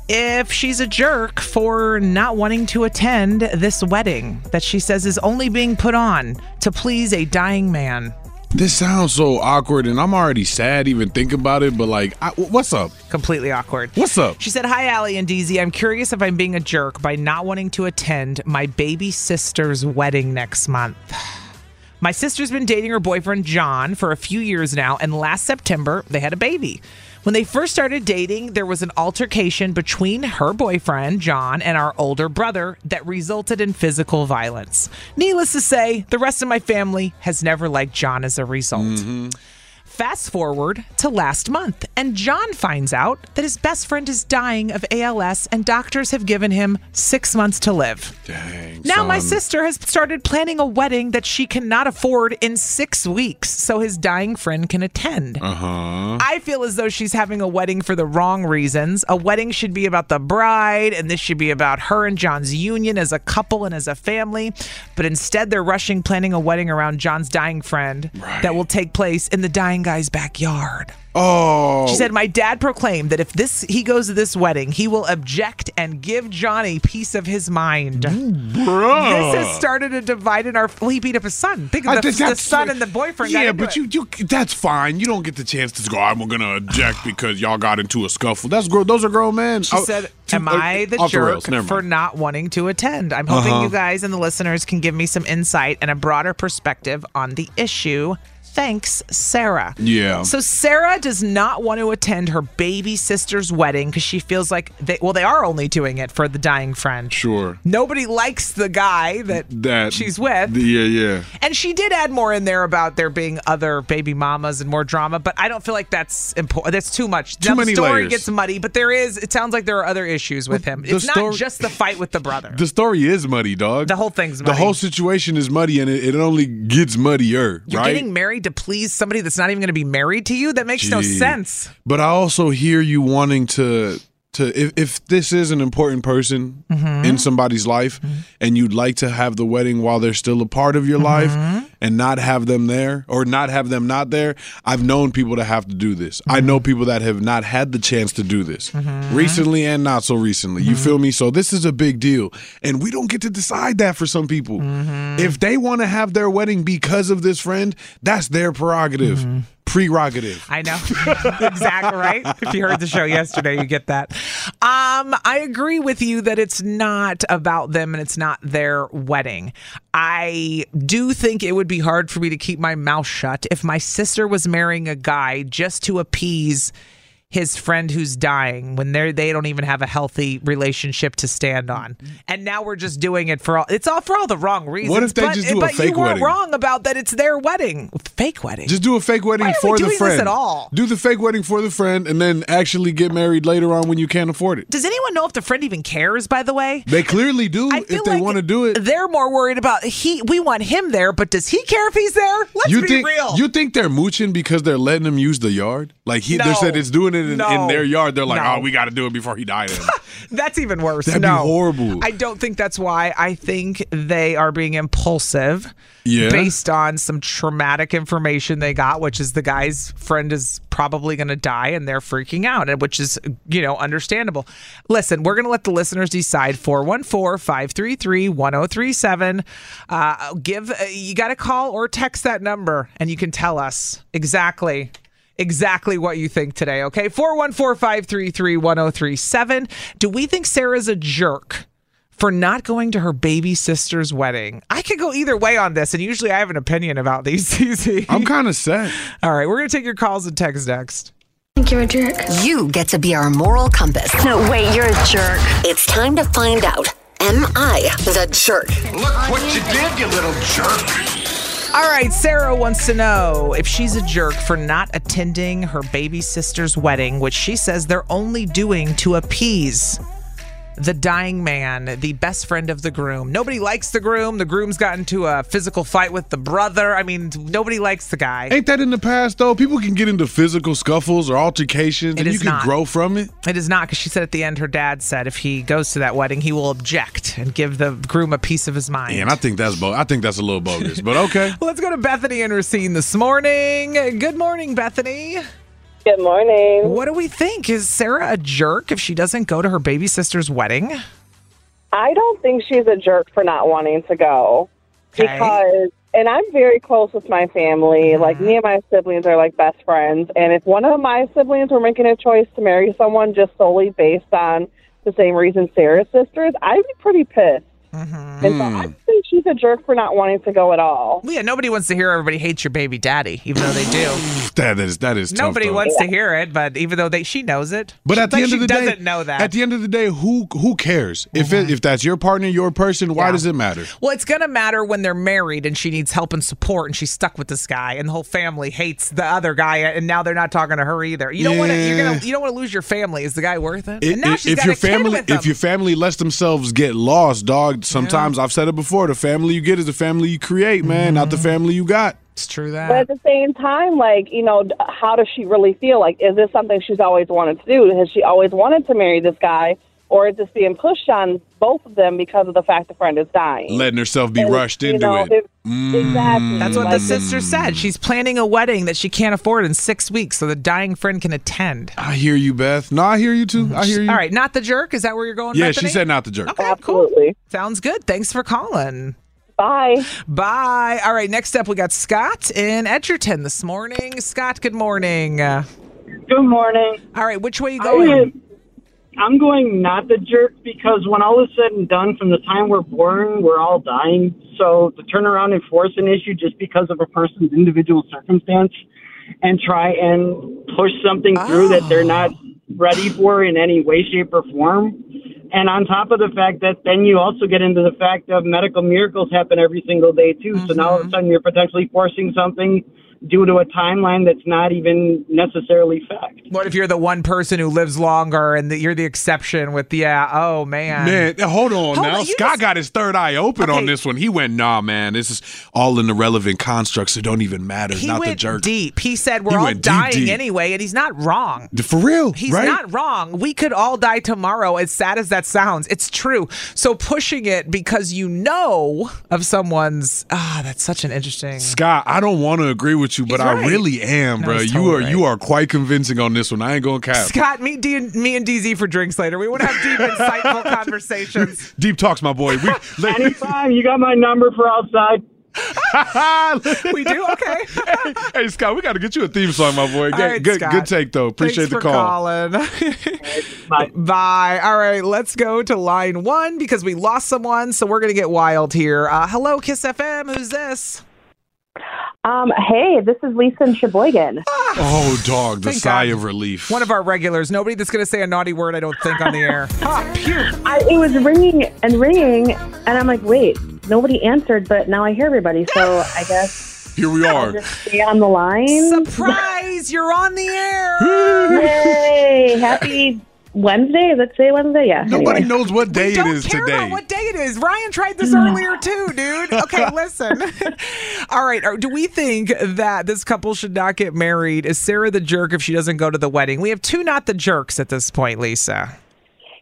Speaker 2: if she's a jerk for not wanting to attend this wedding that she says is only being put on to please a dying man.
Speaker 3: This sounds so awkward, and I'm already sad even thinking about it. But like, I, what's up?
Speaker 2: Completely awkward.
Speaker 3: What's up?
Speaker 2: She said, Hi, Allie and DZ. I'm curious if I'm being a jerk by not wanting to attend my baby sister's wedding next month. My sister's been dating her boyfriend, John, for a few years now, and last September, they had a baby. When they first started dating, there was an altercation between her boyfriend, John, and our older brother that resulted in physical violence. Needless to say, the rest of my family has never liked John as a result. Fast forward to last month, and John finds out that his best friend is dying of ALS, and doctors have given him six months to live.
Speaker 3: Dang.
Speaker 2: Now, my
Speaker 3: son.
Speaker 2: sister has started planning a wedding that she cannot afford in six weeks so his dying friend can attend.
Speaker 3: Uh huh.
Speaker 2: I feel as though she's having a wedding for the wrong reasons. A wedding should be about the bride, and this should be about her and John's union as a couple and as a family. But instead, they're rushing planning a wedding around John's dying friend that will take place in the dying guy's backyard.
Speaker 3: Oh.
Speaker 2: She said, "My dad proclaimed that if this he goes to this wedding, he will object and give Johnny peace of his mind."
Speaker 3: Bruh.
Speaker 2: This has started a divide in our. Well, he beat up his son. Think of
Speaker 3: I
Speaker 2: the,
Speaker 3: think
Speaker 2: the
Speaker 3: that's-
Speaker 2: son and the boyfriend. got
Speaker 3: Yeah,
Speaker 2: into
Speaker 3: but
Speaker 2: it.
Speaker 3: you, you that's fine. You don't get the chance to go. I'm gonna object because y'all got into a scuffle. That's grown. Those are grown men.
Speaker 2: She
Speaker 3: Oh,
Speaker 2: said,
Speaker 3: two-
Speaker 2: "Am
Speaker 3: uh,
Speaker 2: I the
Speaker 3: off
Speaker 2: jerk
Speaker 3: rails. Never mind.
Speaker 2: for not wanting to attend?" I'm hoping
Speaker 3: Uh-huh.
Speaker 2: you guys and the listeners can give me some insight and a broader perspective on the issue. Thanks, Sarah.
Speaker 3: Yeah.
Speaker 2: So Sarah does not want to attend her baby sister's wedding because she feels like they well they are only doing it for the dying friend.
Speaker 3: Sure.
Speaker 2: Nobody likes the guy that
Speaker 3: That
Speaker 2: she's with.
Speaker 3: Yeah, yeah.
Speaker 2: and she did add more in there about there being other baby mamas and more drama, but I don't feel like that's important. That's too much.
Speaker 3: Too
Speaker 2: the
Speaker 3: many
Speaker 2: story
Speaker 3: layers.
Speaker 2: gets muddy, but there is. It sounds like there are other issues with him.
Speaker 3: The
Speaker 2: It's not
Speaker 3: story-
Speaker 2: just the fight with the brother.
Speaker 3: The story is muddy, dog. The whole
Speaker 2: thing's
Speaker 3: The whole situation is muddy, and it, it only gets muddier,
Speaker 2: You're
Speaker 3: right?
Speaker 2: getting married to please somebody that's not even going to be married to you. That makes no
Speaker 3: Gee.
Speaker 2: sense.
Speaker 3: But I also hear you wanting to to if, if this is an important person
Speaker 2: Mhm.
Speaker 3: in somebody's life and you'd like to have the wedding while they're still a part of your life and not have them there or not have them not there i've known people that have to do this i know people that have not had the chance to do this recently and not so recently you feel me so this is a big deal and we don't get to decide that for some people if they want to have their wedding because of this friend that's their prerogative prerogative
Speaker 2: I know. exactly right. If you heard the show yesterday, you get that. Um, I agree with you that it's not about them and it's not their wedding. I do think it would be hard for me to keep my mouth shut if my sister was marrying a guy just to appease his friend who's dying when they they don't even have a healthy relationship to stand on. And now we're just doing it for all it's all for all the wrong reasons.
Speaker 3: if they
Speaker 2: but,
Speaker 3: just do a
Speaker 2: but
Speaker 3: fake
Speaker 2: you were
Speaker 3: wedding?
Speaker 2: wrong about that it's their wedding. Fake wedding.
Speaker 3: Just do a fake wedding
Speaker 2: Why are we
Speaker 3: for the
Speaker 2: doing this
Speaker 3: friend.
Speaker 2: at all?
Speaker 3: Do the fake wedding for the friend, and then actually get married later on when you can't afford it.
Speaker 2: Does anyone know if the friend even cares? By the way,
Speaker 3: They clearly do if they want to do it.
Speaker 2: they're more worried about he. We want him there, but does he care if he's there? Let's
Speaker 3: you
Speaker 2: be
Speaker 3: think
Speaker 2: real.
Speaker 3: you think they're mooching because they're letting him use the yard? Like he, they
Speaker 2: No.
Speaker 3: said it's doing it it in,
Speaker 2: No.
Speaker 3: in their yard, they're like,
Speaker 2: No.
Speaker 3: "Oh, we got to do it before he died."
Speaker 2: That's even worse.
Speaker 3: That'd be
Speaker 2: no.
Speaker 3: horrible.
Speaker 2: I don't think that's why. I think they are being impulsive
Speaker 3: Yeah.
Speaker 2: based on some traumatic information they got, which is the guy's friend is probably going to die and they're freaking out, and which is, you know, understandable. Listen, we're going to let the listeners decide 414 533 1037. Give, oh uh, you got to call or text that number and you can tell us exactly exactly what you think today, okay? 414-533-1037. Do we think Sarah's a jerk for not going to her baby sister's wedding? I could go either way on this, and usually I have an opinion about these. CZ. I'm
Speaker 3: kind of set.
Speaker 2: All right, we're going to take your calls and text next.
Speaker 1: think you're a jerk. You get to be our moral compass. No, wait, you're a jerk. It's time to find out. Am I the jerk?
Speaker 9: Look what you did, you little jerk.
Speaker 2: All right, Sarah wants to know if she's a jerk for not attending her baby sister's wedding, which she says they're only doing to appease the dying man, the best friend of the groom. Nobody likes the groom. The groom's got into a physical fight with the brother. I mean, nobody likes the guy.
Speaker 3: Ain't that in the past though? People can get into physical scuffles or altercations,
Speaker 2: It
Speaker 3: and you
Speaker 2: is
Speaker 3: can
Speaker 2: not.
Speaker 3: grow from it.
Speaker 2: It is not because she said at the end her dad said if he goes to that wedding, he will object and give the groom a piece of his mind.
Speaker 3: And I think that's bo- I think that's a little bogus, but okay.
Speaker 2: Well, let's go to Bethany and Racine this morning. Good morning, Bethany.
Speaker 13: Good morning.
Speaker 2: What do we think? Is Sarah a jerk if she doesn't go to her baby sister's wedding?
Speaker 13: I don't think she's a jerk for not wanting to go
Speaker 2: Okay.
Speaker 13: because, and I'm very close with my family. Like me and my siblings are like best friends, and if one of my siblings were making a choice to marry someone just solely based on the same reason Sarah's sister is, I'd be pretty pissed. And so
Speaker 2: hmm.
Speaker 13: I think she's a jerk for not wanting to go at all.
Speaker 2: Well, yeah, nobody wants to hear everybody hates your baby daddy, even though they do.
Speaker 3: That is that is tough,
Speaker 2: nobody
Speaker 3: though.
Speaker 2: wants to hear it, but even though they she knows it.
Speaker 3: But
Speaker 2: She-
Speaker 3: at the
Speaker 2: like,
Speaker 3: end
Speaker 2: she
Speaker 3: of the day,
Speaker 2: doesn't know that. Mm-hmm.
Speaker 3: At the end of the day, who who cares if it, if that's your partner, your person? Why does it matter?
Speaker 2: Well, it's going to matter when they're married and she needs help and support and she's stuck with this guy and the whole family hates the other guy and now they're not talking to her either. You don't want to you're going
Speaker 3: Yeah.
Speaker 2: to you don't want to lose your family. Is the guy worth it?
Speaker 3: I-
Speaker 2: and now
Speaker 3: i-
Speaker 2: she's got
Speaker 3: your
Speaker 2: a kid
Speaker 3: family,
Speaker 2: with him.
Speaker 3: if your family lets themselves get lost, dog. Sometimes I've said it before: the family you get is the family you create, man, not the family you got.
Speaker 2: Mm-hmm. It's true that.
Speaker 13: But at the same time, like, you know, d- how does she really feel? Like, is this something she's always wanted to do? Has she always wanted to marry this guy? Or is this being pushed on both of them because of the fact the friend is dying?
Speaker 3: Letting herself be rushed
Speaker 13: you
Speaker 3: into
Speaker 13: know,
Speaker 3: it. Mm.
Speaker 13: Exactly.
Speaker 2: That's what the
Speaker 13: Like-
Speaker 2: sister said. She's planning a wedding that she can't afford in 6 weeks so the dying friend can attend.
Speaker 3: I hear you, Beth. No, I hear you too. I hear you.
Speaker 2: All right, not the jerk. Is that where you're going?
Speaker 3: Yeah,
Speaker 2: Bethany?
Speaker 3: she said not the jerk.
Speaker 2: Okay,
Speaker 13: Absolutely.
Speaker 2: cool. Sounds good. Thanks for calling.
Speaker 13: Bye.
Speaker 2: Bye. All right, next up we got Scott in Edgerton this morning. Scott, good morning. Uh,
Speaker 14: Good morning.
Speaker 2: All right, which way you going?
Speaker 14: Oh, I'm going not the jerk because when all is said and done, from the time we're born, we're all dying. So to turn around and force an issue just because of a person's individual circumstance and try and push something through that they're not ready for in any way, shape, or form. And on top of the fact that then you also get into the fact of medical miracles happen every single day too. So now
Speaker 2: Mm-hmm.
Speaker 14: all of a sudden you're potentially forcing something due to a timeline that's not even necessarily fact.
Speaker 2: what if you're the one person who lives longer and that you're the exception with yeah, oh man.
Speaker 3: Man, hold on
Speaker 2: Hold
Speaker 3: now.
Speaker 2: on, you
Speaker 3: Scott got his third eye open
Speaker 2: Okay.
Speaker 3: on this one. He went, nah, man, this is all in the relevant constructs. It don't even matter. It's
Speaker 2: He
Speaker 3: not
Speaker 2: went
Speaker 3: the jerk.
Speaker 2: deep. He said we're
Speaker 3: He
Speaker 2: all
Speaker 3: went deep,
Speaker 2: dying
Speaker 3: deep.
Speaker 2: anyway, and he's not wrong.
Speaker 3: D- For real,
Speaker 2: He's
Speaker 3: right?
Speaker 2: not wrong. We could all die tomorrow, as sad as that sounds. It's true. So pushing it because you know of someone's ah, that's such an interesting
Speaker 3: Scott, I don't want to agree with you, but
Speaker 2: He's
Speaker 3: I
Speaker 2: right.
Speaker 3: really am,
Speaker 2: No,
Speaker 3: bro.
Speaker 2: he's
Speaker 3: you
Speaker 2: totally
Speaker 3: are you are quite convincing on this one. I ain't gonna cap.
Speaker 2: Scott, meet D- me and DZ for drinks later. We want to have deep, insightful conversations.
Speaker 3: Deep talks, my boy. We,
Speaker 14: Anytime. You got my number for outside.
Speaker 2: we do okay.
Speaker 3: hey, hey, Scott, we got to get you a theme song, my boy.
Speaker 2: All
Speaker 3: Good-
Speaker 2: right,
Speaker 3: good,
Speaker 2: Scott.
Speaker 3: good take though. Appreciate the
Speaker 2: Thanks for
Speaker 3: call.
Speaker 2: calling. Bye. All right, let's go to line one because we lost someone, so we're gonna get wild here. Uh, hello, Kiss FM. Who's this?
Speaker 13: Um, hey, this is Lisa in Sheboygan.
Speaker 3: Oh, dog, the
Speaker 2: Thank
Speaker 3: sigh
Speaker 2: God.
Speaker 3: of relief.
Speaker 2: One of our regulars. Nobody that's gonna say a naughty word. I don't think on the air.
Speaker 13: I, it was ringing and ringing, and I'm like, wait, nobody answered, but now I hear everybody. So I guess
Speaker 3: Here we
Speaker 13: I'll
Speaker 3: are.
Speaker 13: just stay on the line.
Speaker 2: Surprise! You're on the air.
Speaker 13: Yay! Happy Wednesday. Is it today Wednesday? Yeah.
Speaker 3: Nobody
Speaker 13: anyway.
Speaker 3: knows what day it is today.
Speaker 2: What day it is. Ryan tried this earlier too, dude. Okay, listen. All right. are- Do we think that this couple should not get married? Is Sarah the jerk if she doesn't go to the wedding? We have two not the jerks at this point, Lisa.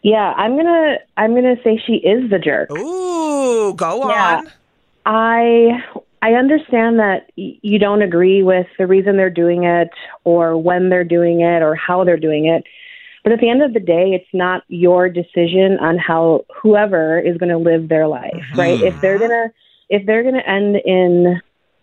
Speaker 15: Yeah, I'm gonna I'm gonna say she is the jerk.
Speaker 2: Ooh, go on.
Speaker 15: I I understand that y- you don't agree with the reason they're doing it or when they're doing it or how they're doing it. But at the end of the day, it's not your decision on how whoever is going to live their life, right? If they're
Speaker 2: Mm-hmm.
Speaker 15: going to if they're going to end in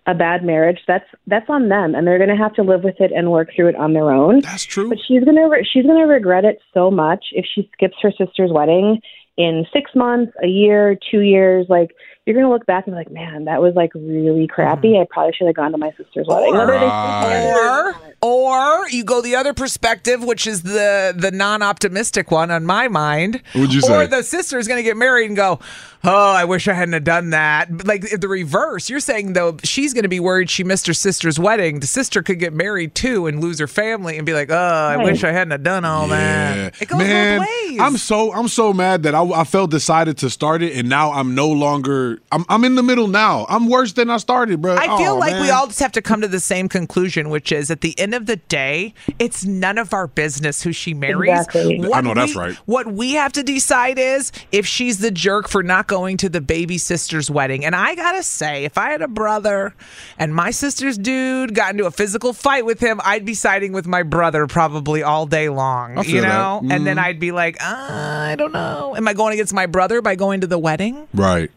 Speaker 15: a bad marriage, that's that's on them and they're going to have to live with it and work through it on their own.
Speaker 3: That's true.
Speaker 15: But she's going to re- she's going to regret it so much if she skips her sister's wedding in 6 months, a year, 2 years, like you're going to look back and be like, "Man, that was like really crappy.
Speaker 3: Mm-hmm.
Speaker 15: I probably should have gone to my sister's wedding." Whether they
Speaker 2: or, or you go the other perspective, which is the the non optimistic one on my mind.
Speaker 3: What'd you
Speaker 2: or
Speaker 3: say?
Speaker 2: the sister is going to get married and go, "Oh, I wish I hadn't have done that." But like the reverse, you're saying though she's going to be worried she missed her sister's wedding. The sister could get married too and lose her family and be like, "Oh, I
Speaker 3: Right.
Speaker 2: wish I hadn't have done all that." It goes
Speaker 3: Oh, Man,
Speaker 2: both ways.
Speaker 3: I'm so I'm so mad that I, I felt decided to start it, and now I'm no longer. I'm I'm in the middle now. I'm worse than I started, bro.
Speaker 2: I feel
Speaker 3: Aw,
Speaker 2: like we
Speaker 3: oh, man.
Speaker 2: all just have to come to the same conclusion, which is at the end of the day, it's none of our business who she marries.
Speaker 3: Exactly. I know that's
Speaker 2: we-
Speaker 3: right.
Speaker 2: What we have to decide is if she's the jerk for not going to the baby sister's wedding. And I gotta say, if I had a brother and my sister's dude got into a physical fight with him, I'd be siding with my brother probably all day long.
Speaker 3: I feel
Speaker 2: You know?
Speaker 3: that.
Speaker 2: And then
Speaker 3: Mhm.
Speaker 2: I'd be like, uh, I don't know. Am I going against my brother by going to the wedding?
Speaker 3: Right.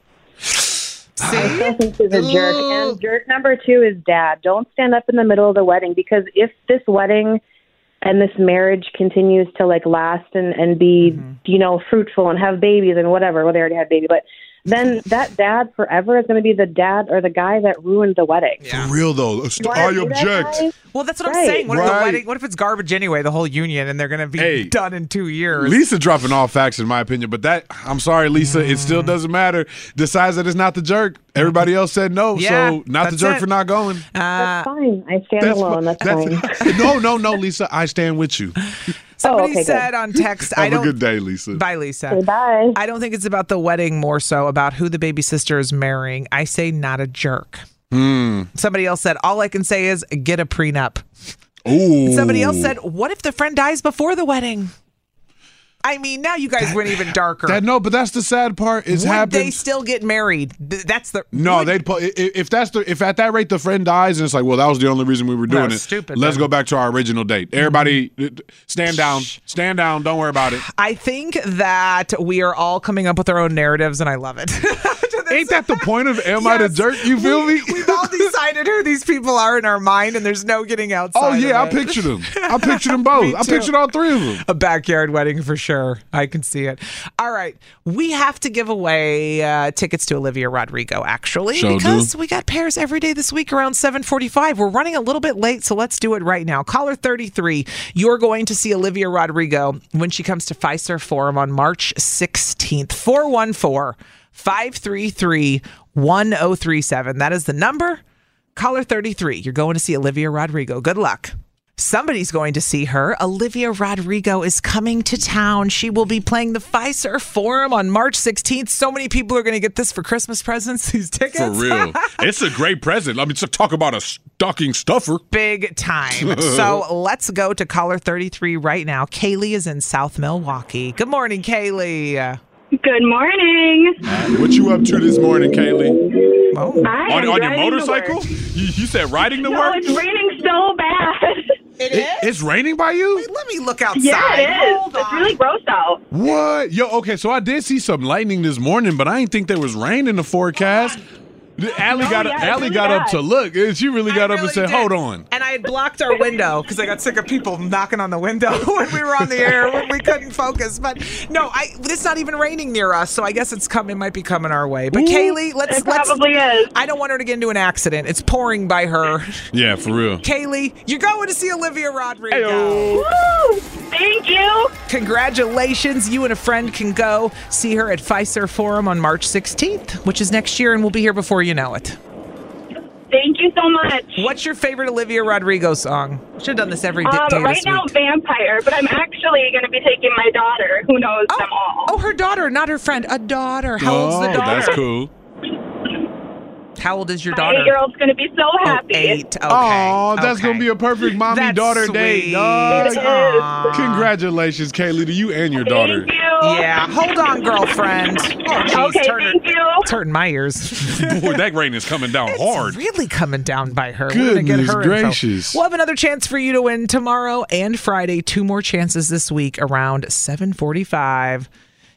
Speaker 15: I still think she's a jerk. And jerk number two is dad. Don't stand up in the middle of the wedding because if this wedding and this marriage continues to like last and and be you know fruitful and have babies and whatever, well they already had baby, but then that dad forever is going to be the dad or the guy that ruined the wedding.
Speaker 3: For real though, st-
Speaker 15: wanna
Speaker 3: I
Speaker 15: do that,
Speaker 3: object.
Speaker 15: guys?
Speaker 2: Well, that's what I'm
Speaker 15: Right.
Speaker 2: saying. What if the
Speaker 3: Right.
Speaker 2: wedding? What if it's garbage anyway? The whole union, and they're gonna be done in two years.
Speaker 3: Lisa dropping all facts in my opinion, but that I'm sorry, Lisa, it still
Speaker 2: Mm.
Speaker 3: doesn't matter. Decides that it's not the jerk. Everybody else said no,
Speaker 2: Yeah,
Speaker 3: so not the
Speaker 2: that's
Speaker 3: jerk
Speaker 2: it.
Speaker 3: for not going.
Speaker 2: that's
Speaker 15: fine. I stand
Speaker 3: That's
Speaker 15: alone.
Speaker 3: fi-
Speaker 15: That's, fine. Oh,
Speaker 3: no, no, no, Lisa. I stand with you.
Speaker 2: Somebody
Speaker 15: okay, good.
Speaker 2: said on text,
Speaker 3: Have
Speaker 2: I don't.
Speaker 3: a good day, Lisa.
Speaker 2: Bye, Lisa.
Speaker 15: Okay, bye.
Speaker 2: I don't think it's about the wedding, more so about who the baby sister is marrying. I say not a jerk.
Speaker 3: Hmm.
Speaker 2: Somebody else said, all I can say is get a prenup.
Speaker 3: Ooh.
Speaker 2: Somebody else said, what if the friend dies before the wedding? I mean, now you guys went even darker.
Speaker 3: That- no, but that's the sad part. Is
Speaker 2: Would they
Speaker 3: happened.
Speaker 2: still get married? Th- That's the
Speaker 3: No, they'd put i- i- if that's the if at that rate the friend dies and it's like, well, that was the only reason we were doing
Speaker 2: was
Speaker 3: it.
Speaker 2: stupid
Speaker 3: Let's
Speaker 2: then. Mm.
Speaker 3: go back to our original date. Everybody, d- d- stand down, stand down. Don't worry about it.
Speaker 2: I think that we are all coming up with our own narratives, and I love it.
Speaker 3: Ain't that the point of Am I the jerk? You feel me?
Speaker 2: We've all decided who these people are in our mind, and there's no getting outside.
Speaker 3: Oh yeah, I
Speaker 2: of it.
Speaker 3: pictured them. I pictured them both. I
Speaker 2: too.
Speaker 3: pictured all three of them.
Speaker 2: A backyard wedding for sure. I can see it. All right, we have to give away uh, tickets to Olivia Rodrigo actually
Speaker 3: Sure do.
Speaker 2: because we got pairs every day this week around 7:45. We're running a little bit late, so let's do it right now. Caller 33, you're going to see Olivia Rodrigo when she comes to Pfizer Forum on March 16th. 414 533 1037. That is the number. Caller 33, you're going to see Olivia Rodrigo. Good luck. Somebody's going to see her. Olivia Rodrigo is coming to town. She will be playing the Pfizer Forum on March 16th. So many people are going to get this for Christmas presents, these tickets.
Speaker 3: For real, it's a great present. I mean, so talk about a stocking stuffer.
Speaker 2: Big time. so let's go to caller 33 right now. Kaylee is in South Milwaukee. Good morning, Kaylee.
Speaker 16: Good morning.
Speaker 3: What you up to this morning, Kaylee?
Speaker 2: Oh.
Speaker 16: I
Speaker 3: on
Speaker 16: am
Speaker 3: on your
Speaker 16: driving to
Speaker 3: motorcycle?
Speaker 16: work.
Speaker 3: You, you said riding to
Speaker 16: No,
Speaker 3: work?
Speaker 16: it's raining so bad.
Speaker 2: It
Speaker 3: It- it's raining by you?
Speaker 2: let me look
Speaker 16: Yeah, it is. It's really gross out.
Speaker 3: What? Yo, okay, so I did see some lightning this morning, but I didn't think there was rain in the forecast.
Speaker 16: Oh,
Speaker 3: Allie
Speaker 2: No,
Speaker 3: got
Speaker 2: yeah, it's
Speaker 3: Allie
Speaker 2: really
Speaker 3: got up
Speaker 2: bad.
Speaker 3: to look. and She really got up and said, "Hold on."
Speaker 2: And I had blocked our window because I got sick of people knocking on the window when we were on the air when we couldn't focus. But no, I it's not even raining near us, so I guess it's coming might be coming our way. But
Speaker 16: Ooh,
Speaker 2: Kaylee, let's
Speaker 16: it
Speaker 2: let's
Speaker 16: probably is.
Speaker 2: I don't want her to get into an accident. It's pouring by her.
Speaker 3: Yeah, for real.
Speaker 2: Kaylee, you're going to see Olivia Rodrigo.
Speaker 16: Woo! Thank you.
Speaker 2: Congratulations. You and a friend can go see her at Pfizer Forum on March 16th, which is next year, and we'll be here before you know it.
Speaker 16: Thank you you so much.
Speaker 2: What's your favorite Olivia Rodrigo song? Should have done this every day,
Speaker 16: Um,
Speaker 2: day
Speaker 16: right
Speaker 2: this
Speaker 16: now,
Speaker 2: week.
Speaker 16: vampire, but I'm actually going to be taking my daughter, who knows them all.
Speaker 2: Oh, her daughter, not her friend. A daughter. How old's the
Speaker 3: Oh,
Speaker 2: daughter?
Speaker 3: that's cool.
Speaker 2: How old is your
Speaker 16: My
Speaker 2: daughter?
Speaker 16: eight-year-old's going to be so happy.
Speaker 2: Eight. Okay.
Speaker 3: Oh, that's gonna be a perfect mommy
Speaker 2: That's
Speaker 3: daughter day.
Speaker 2: sweet.
Speaker 3: dog.
Speaker 2: It is. Aw.
Speaker 3: Congratulations, Kaylee, to you and your daughter.
Speaker 16: Thank you.
Speaker 2: Yeah. Hold on, girlfriend. Oh, jeez,
Speaker 16: okay,
Speaker 2: turn her-
Speaker 16: thank you.
Speaker 2: It's hurting my ears.
Speaker 3: Boy, that rain is coming down hard.
Speaker 2: really coming down by her. We're gonna get
Speaker 3: Goodness
Speaker 2: her info.
Speaker 3: gracious.
Speaker 2: We'll have another chance for you to win tomorrow and Friday. Two more chances this week around 7:45.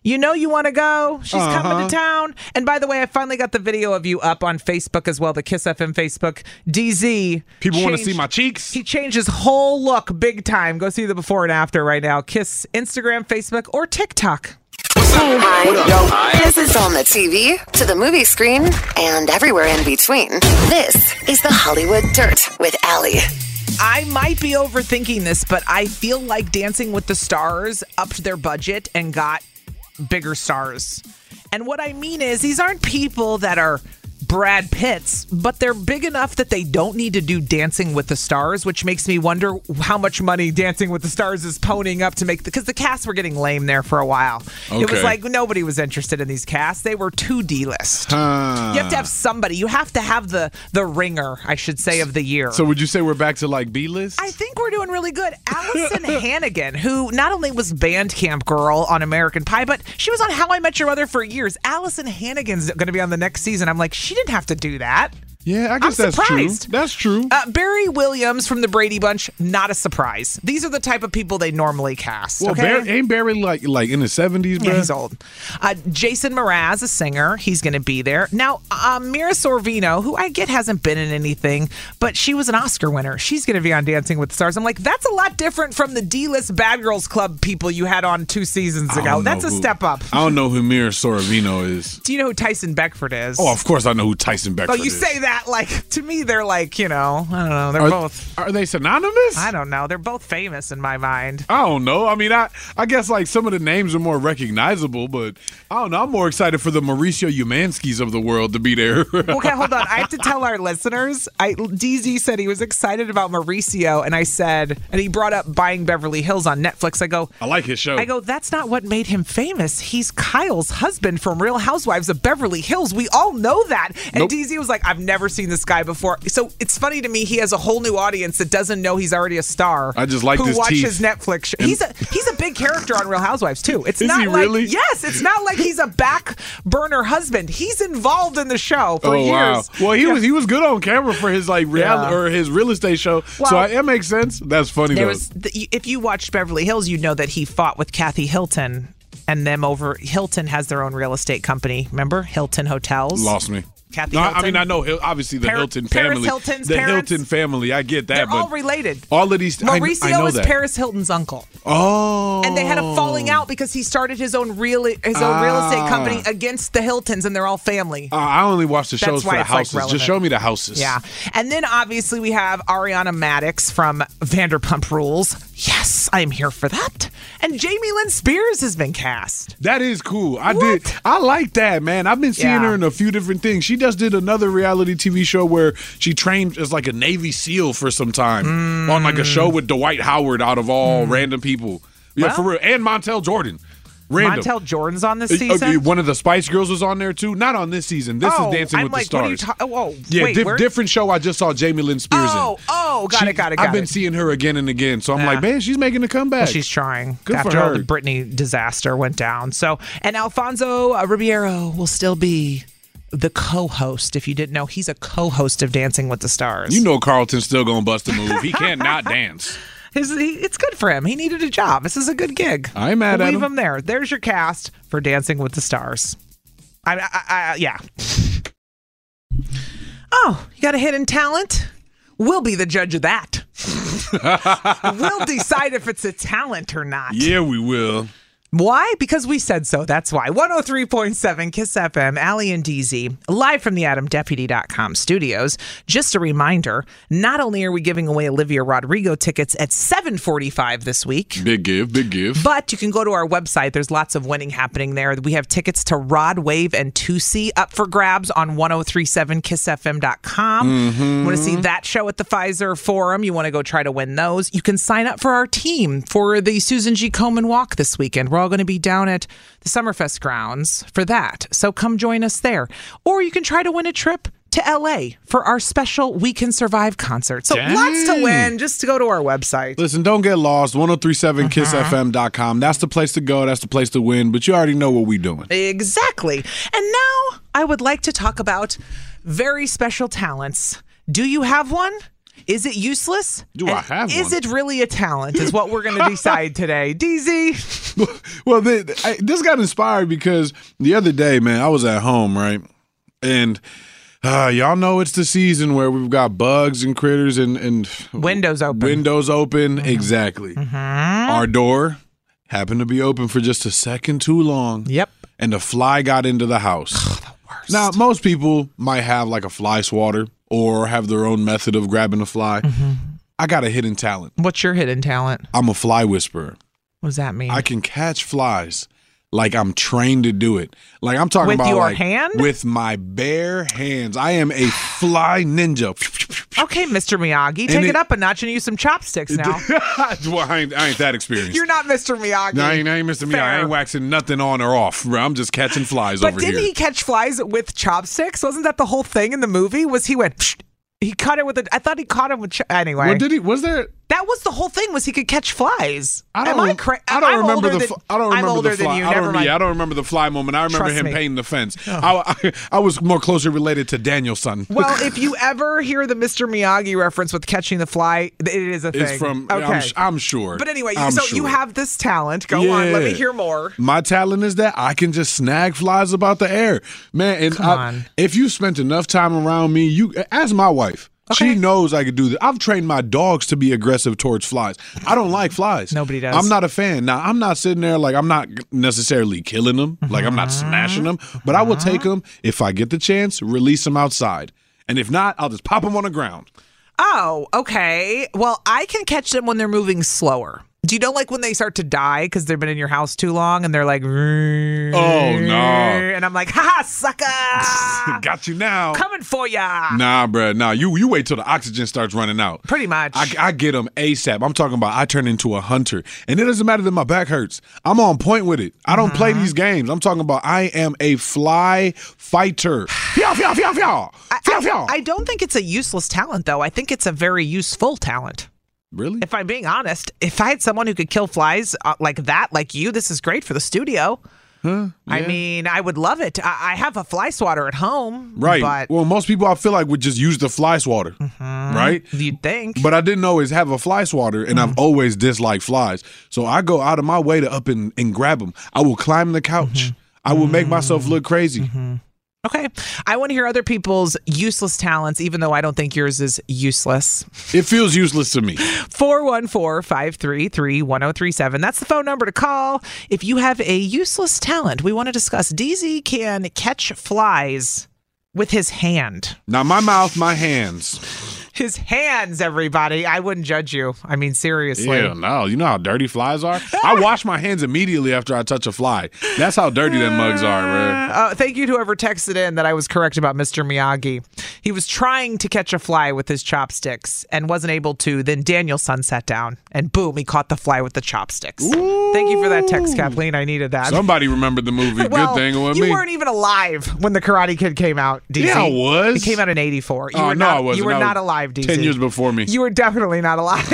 Speaker 2: You know you want to go. She's coming
Speaker 3: Uh-huh.
Speaker 2: to town. And by the way, I finally got the video of you up on Facebook as well, the Kiss FM Facebook. DZ.
Speaker 3: People wanna
Speaker 2: changed-
Speaker 3: see my cheeks.
Speaker 2: He changed his whole look big time. Go see the before and after right now. Kiss Instagram, Facebook, or TikTok.
Speaker 1: This is on the TV, to the movie screen, and everywhere in between. This is the Hollywood Dirt with Allie.
Speaker 2: I might be overthinking this, but I feel like Dancing with the Stars upped their budget and got bigger stars. And what I mean is, these aren't people that are Brad Pitts, but they're big enough that they don't need to do Dancing with the Stars, which makes me wonder how much money Dancing with the Stars is ponying up to make because the casts were getting lame there for a while. It was
Speaker 3: Okay.
Speaker 2: like nobody was interested in these casts; they were too D list. You have to have somebody. You have to have the the ringer, I should say, of the year.
Speaker 3: So would you say we're back to like B list?
Speaker 2: I think we're doing really good. Allison Hannigan, who not only was Bandcamp Girl on American Pie, but she was on How I Met Your Mother for years. Allison Hannigan's going to be on the next season. I'm like, she didn't have to do that.
Speaker 3: Yeah, I guess
Speaker 2: I'm
Speaker 3: that's true.
Speaker 2: surprised.
Speaker 3: That's true.
Speaker 2: Uh, Barry Williams from the Brady Bunch, not a surprise. These are the type of people they normally cast.
Speaker 3: Well,
Speaker 2: okay?
Speaker 3: Barry, ain't Barry like like in his seventies, bro?
Speaker 2: Yeah, he's old. Uh, Jason Mraz, a singer, he's going to be there. Now, uh, Mira Sorvino, who I get hasn't been in anything, but she was an Oscar winner. She's going to be on Dancing with the Stars. I'm like, that's a lot different from the D-list Bad Girls Club people you had on two seasons
Speaker 3: I
Speaker 2: ago.
Speaker 3: don't know
Speaker 2: That's a
Speaker 3: who-
Speaker 2: step up.
Speaker 3: I don't know who Mira Sorvino is.
Speaker 2: Do you know who Tyson Beckford is?
Speaker 3: Oh, of course I know who Tyson Beckford
Speaker 2: Though you
Speaker 3: is.
Speaker 2: say that like to me, they're like you know, I don't know. They're
Speaker 3: Are-
Speaker 2: both.
Speaker 3: Are they synonymous?
Speaker 2: I don't know. They're both famous in my mind.
Speaker 3: I don't know. I mean, I I guess like some of the names are more recognizable, but I don't know. I'm more excited for the Mauricio Umanskis of the world to be there.
Speaker 2: okay, hold on. I have to tell our listeners. I DZ said he was excited about Mauricio, and I said, and he brought up buying Beverly Hills on Netflix. I go,
Speaker 3: I like his show.
Speaker 2: I go, that's not what made him famous. He's Kyle's husband from Real Housewives of Beverly Hills. We all know that. And
Speaker 3: Nope.
Speaker 2: DZ was like, I've never seen this guy before. So it's funny to me. He has a whole new audience that doesn't know he's already a star.
Speaker 3: I just like
Speaker 2: who
Speaker 3: his
Speaker 2: watches
Speaker 3: teeth.
Speaker 2: Netflix. Show. He's a he's a big character on Real Housewives too. It's
Speaker 3: Is
Speaker 2: not
Speaker 3: he
Speaker 2: like
Speaker 3: really?
Speaker 2: yes, it's not like he's a back burner husband. He's involved in the show for
Speaker 3: oh
Speaker 2: years.
Speaker 3: wow! Well, he was he was good on camera for his like reality
Speaker 2: Yeah.
Speaker 3: or his real estate show. so
Speaker 2: Well,
Speaker 3: I, it makes sense. That's funny
Speaker 2: There
Speaker 3: though.
Speaker 2: was, the, if you watched Beverly Hills, you'd know that he fought with Kathy Hilton and them over. Hilton has their own real estate company. Remember Hilton Hotels?
Speaker 3: Lost me.
Speaker 2: Kathy
Speaker 3: no, I- I
Speaker 2: Hilton?
Speaker 3: mean I know Hil- obviously the
Speaker 2: Par-
Speaker 3: Hilton
Speaker 2: Paris
Speaker 3: family,
Speaker 2: Hilton's
Speaker 3: the
Speaker 2: parents?
Speaker 3: Hilton family. I get that,
Speaker 2: They're
Speaker 3: but
Speaker 2: all related.
Speaker 3: all of these. I kn-
Speaker 2: Mauricio
Speaker 3: I, know
Speaker 2: is
Speaker 3: that.
Speaker 2: Paris Hilton's uncle.
Speaker 3: Oh,
Speaker 2: And they had a falling out because he started his own real his own real estate
Speaker 3: Ah.
Speaker 2: company against the Hiltons, and they're all family.
Speaker 3: Uh, I only watch the
Speaker 2: That's
Speaker 3: shows for
Speaker 2: why
Speaker 3: the
Speaker 2: it's, like,
Speaker 3: houses.
Speaker 2: relevant.
Speaker 3: Just show me the houses.
Speaker 2: Yeah. And then obviously we have Ariana Maddox from Vanderpump Rules. Yes, I'm here for that. And Jamie Lynn Spears has been cast.
Speaker 3: That is cool. I did. I like that, man. I've been seeing
Speaker 2: Yeah.
Speaker 3: her in a few different things. She just did another reality TV show where she trained as like a Navy SEAL for some time
Speaker 2: Mm.
Speaker 3: on like a show with Dwight Howard out of all random people. Yeah,
Speaker 2: Well-
Speaker 3: for real. And Montel Jordan. Random.
Speaker 2: Montel Jordan's on this
Speaker 3: Uh, uh,
Speaker 2: season.
Speaker 3: One of the Spice Girls was on there too. Not on this season. This
Speaker 2: Oh,
Speaker 3: is Dancing
Speaker 2: I'm
Speaker 3: with
Speaker 2: like,
Speaker 3: the Stars.
Speaker 2: What are you ta- oh,
Speaker 3: yeah,
Speaker 2: wait,
Speaker 3: diff-
Speaker 2: where-
Speaker 3: different show. I just saw Jamie Lynn Spears
Speaker 2: Oh,
Speaker 3: in.
Speaker 2: oh, got
Speaker 3: She-
Speaker 2: it, got it, got
Speaker 3: I've been
Speaker 2: it.
Speaker 3: seeing her again and again, so I'm
Speaker 2: Yeah.
Speaker 3: like, man, she's making a comeback.
Speaker 2: Well, she's trying
Speaker 3: Good for
Speaker 2: after all
Speaker 3: her.
Speaker 2: the Britney disaster went down. So, and Alfonso uh, Ribeiro will still be the co-host. If you didn't know, he's a co-host of Dancing with the Stars.
Speaker 3: You know, Carlton's still gonna bust a move. He can't not dance.
Speaker 2: His- he- it's good for him. He needed a job. This is a good gig.
Speaker 3: I ain't mad at
Speaker 2: Leave
Speaker 3: him.
Speaker 2: him there. There's your cast for Dancing with the Stars. I, I, I- I yeah. Oh, you got a hidden talent? We'll be the judge of that. we'll decide if it's a talent or not.
Speaker 3: Yeah, we will.
Speaker 2: Why? Because we said so. That's why. 103.7 Kiss FM, Allie and DZ, live from the AdamDeputy.com studios. Just a reminder, not only are we giving away Olivia Rodrigo tickets at 745 this week,
Speaker 3: Big give, big give.
Speaker 2: but you can go to our website. There's lots of winning happening there. We have tickets to Rod Wave and Tusi up for grabs on 1037kissfm.com.
Speaker 3: Mhm.
Speaker 7: Mm-hmm.
Speaker 2: You want to see that show at the Pfizer Forum? You want to go try to win those? You can sign up for our team for the Susan G. Komen Walk this weekend. We're all going to be down at the Summerfest grounds for that. So come join us there. Or you can try to win a trip to LA for our special We Can Survive concert. So lots to
Speaker 3: Dang.
Speaker 2: win. Just to go to our website. Uh-huh.
Speaker 3: Listen, don't get lost. 1037kissfm.com. That's the place to go. That's the place to win. But you already know what we're doing.
Speaker 2: Exactly. And now I would like to talk about very special talents. Do you have one? Is it useless? Do I have Is
Speaker 3: one?
Speaker 2: it really a talent? Is what we're going to decide today. DZ.
Speaker 3: well, the, I, this got inspired because the other day, man, I was at home, right? And uh, y'all know it's the season where we've got bugs and critters and, and
Speaker 2: windows open. Mm-hmm.
Speaker 3: Windows open, exactly.
Speaker 2: Ah.
Speaker 3: Our door happened to be open for just a second too long.
Speaker 2: Yep. Oh,
Speaker 3: And a fly got into the house. Now, most people might have like a fly swatter or have their own method of grabbing a fly. I got a hidden talent.
Speaker 2: Mm-hmm. What's your hidden talent?
Speaker 3: I'm a fly whisperer.
Speaker 2: What does that mean?
Speaker 3: I can catch flies like I'm trained to do it. Like I'm talking
Speaker 2: With
Speaker 3: about
Speaker 2: your
Speaker 3: like,
Speaker 2: hand?
Speaker 3: with my bare hands. I am a fly ninja.
Speaker 2: okay, Mr. Miyagi,
Speaker 3: And
Speaker 2: take it,
Speaker 3: it-
Speaker 2: up a notch and use some chopsticks now.
Speaker 3: well, I ain't, I ain't that experienced.
Speaker 2: You're not Mr. Miyagi.
Speaker 3: No, I ain't, I ain't Mr. Miyagi. I ain't waxing nothing on or off. bro. I'm just catching flies
Speaker 2: But
Speaker 3: over
Speaker 2: didn't
Speaker 3: here.
Speaker 2: he catch flies with chopsticks? Wasn't that the whole thing in the movie? Was he went? Psh, he caught it with a. I thought he caught it with. Cho- anyway,
Speaker 3: Well, did he? Was there?
Speaker 2: That was the whole thing. Was he could catch flies?
Speaker 3: I don't,
Speaker 2: Am I,
Speaker 3: rem-
Speaker 2: cra-
Speaker 3: I don't
Speaker 2: I'm
Speaker 3: remember
Speaker 2: older
Speaker 3: the.
Speaker 2: than-
Speaker 3: fl- I don't
Speaker 2: I'm
Speaker 3: remember
Speaker 2: older
Speaker 3: the
Speaker 2: than
Speaker 3: fly.
Speaker 2: you.
Speaker 3: I,
Speaker 2: Never
Speaker 3: don't,
Speaker 2: mind.
Speaker 3: yeah, I don't remember the fly moment. I remember
Speaker 2: Trust
Speaker 3: him
Speaker 2: me.
Speaker 3: painting the fence. I, I, I was more closer related to Daniel's son.
Speaker 2: Well, if you ever hear the Mr. Miyagi reference with catching the fly, th- it is a thing.
Speaker 3: it's from.
Speaker 2: Okay.
Speaker 3: I'm, sh- I'm sure.
Speaker 2: but anyway,
Speaker 3: I'm
Speaker 2: so you
Speaker 3: sure.
Speaker 2: have this talent. Go on. Let me
Speaker 3: Yeah.
Speaker 2: hear more.
Speaker 3: My talent is that I can just snag flies about the air, man. And I- if you spent enough time around me, you as my wife. She knows I could do this. I've trained my dogs to be aggressive towards flies. I don't like flies. Nobody
Speaker 2: does.
Speaker 3: I'm not a fan. Now, I'm not sitting there like I'm not necessarily killing them, like I'm not
Speaker 2: Uh-huh.
Speaker 3: smashing them, but I will take them if I get the chance, release them outside. And if not, I'll just pop them on the ground.
Speaker 2: Oh, okay. Well, I can catch them when they're moving slower. Do you know like when they start to die because they've been in your house too long and they're like, oh
Speaker 3: Oh,
Speaker 2: no, and I'm like, ha, ha, sucker,
Speaker 3: Got you now.
Speaker 2: coming for ya.
Speaker 3: Nah, bruh. Nah, you you wait till the oxygen starts running out.
Speaker 2: Pretty much.
Speaker 3: I, I get them ASAP. I'm talking about I turn into a hunter, and it doesn't matter that my back hurts. I'm on point with it. I don't play
Speaker 2: Uh-huh.
Speaker 3: these games. I'm talking about I am a fly fighter. Fyow, fyow, fyow, fyow.
Speaker 2: I, I, I don't think it's a useless talent, though. I think it's a very useful talent.
Speaker 3: Really?
Speaker 2: If I'm being honest, if I had someone who could kill flies uh, like that, like you, this is great for the studio. I
Speaker 3: Yeah.
Speaker 2: mean, I would love it. I, I have a fly swatter at home.
Speaker 3: Right.
Speaker 2: But Mm-hmm.
Speaker 3: well, most people I feel like would just use the fly swatter, right?
Speaker 2: Mm, You'd think.
Speaker 3: But I didn't always have a fly swatter, and
Speaker 2: Mm-hmm.
Speaker 3: I've always disliked flies. So I go out of my way to up and, and grab them. I will climb the couch.
Speaker 2: Mm-hmm.
Speaker 3: I will make myself look crazy.
Speaker 2: okay. I want to hear other people's useless talents, even though I don't think yours is useless.
Speaker 3: It feels useless to me.
Speaker 2: 414-533-1037. That's the phone number to call. If you have a useless talent we want to discuss, DZ can catch flies with his hand.
Speaker 3: Now my mouth, my hands.
Speaker 2: His hands, everybody. I wouldn't judge you. I mean, seriously.
Speaker 3: Yeah, no. You know how dirty flies are? I wash my hands immediately after I touch a fly. That's how dirty them mugs are, bro.
Speaker 2: Uh, thank you to whoever texted in that I was correct about Mr. Miyagi. He was trying to catch a fly with his chopsticks and wasn't able to. Then Daniel's son sat down and boom, he caught the fly with the chopsticks. Thank you for that text, Kathleen. I needed that.
Speaker 3: Somebody remembered the movie.
Speaker 2: Well,
Speaker 3: Good thing it wasn't
Speaker 2: you
Speaker 3: me.
Speaker 2: weren't even alive when the Karate Kid came out. DC.
Speaker 3: Yeah, I was.
Speaker 2: It came out in '84. e- You
Speaker 3: Oh,
Speaker 2: were
Speaker 3: no,
Speaker 2: not,
Speaker 3: I wasn't.
Speaker 2: You were
Speaker 3: I was
Speaker 2: not alive, DC.
Speaker 3: 10 years before me.
Speaker 2: You were definitely not alive.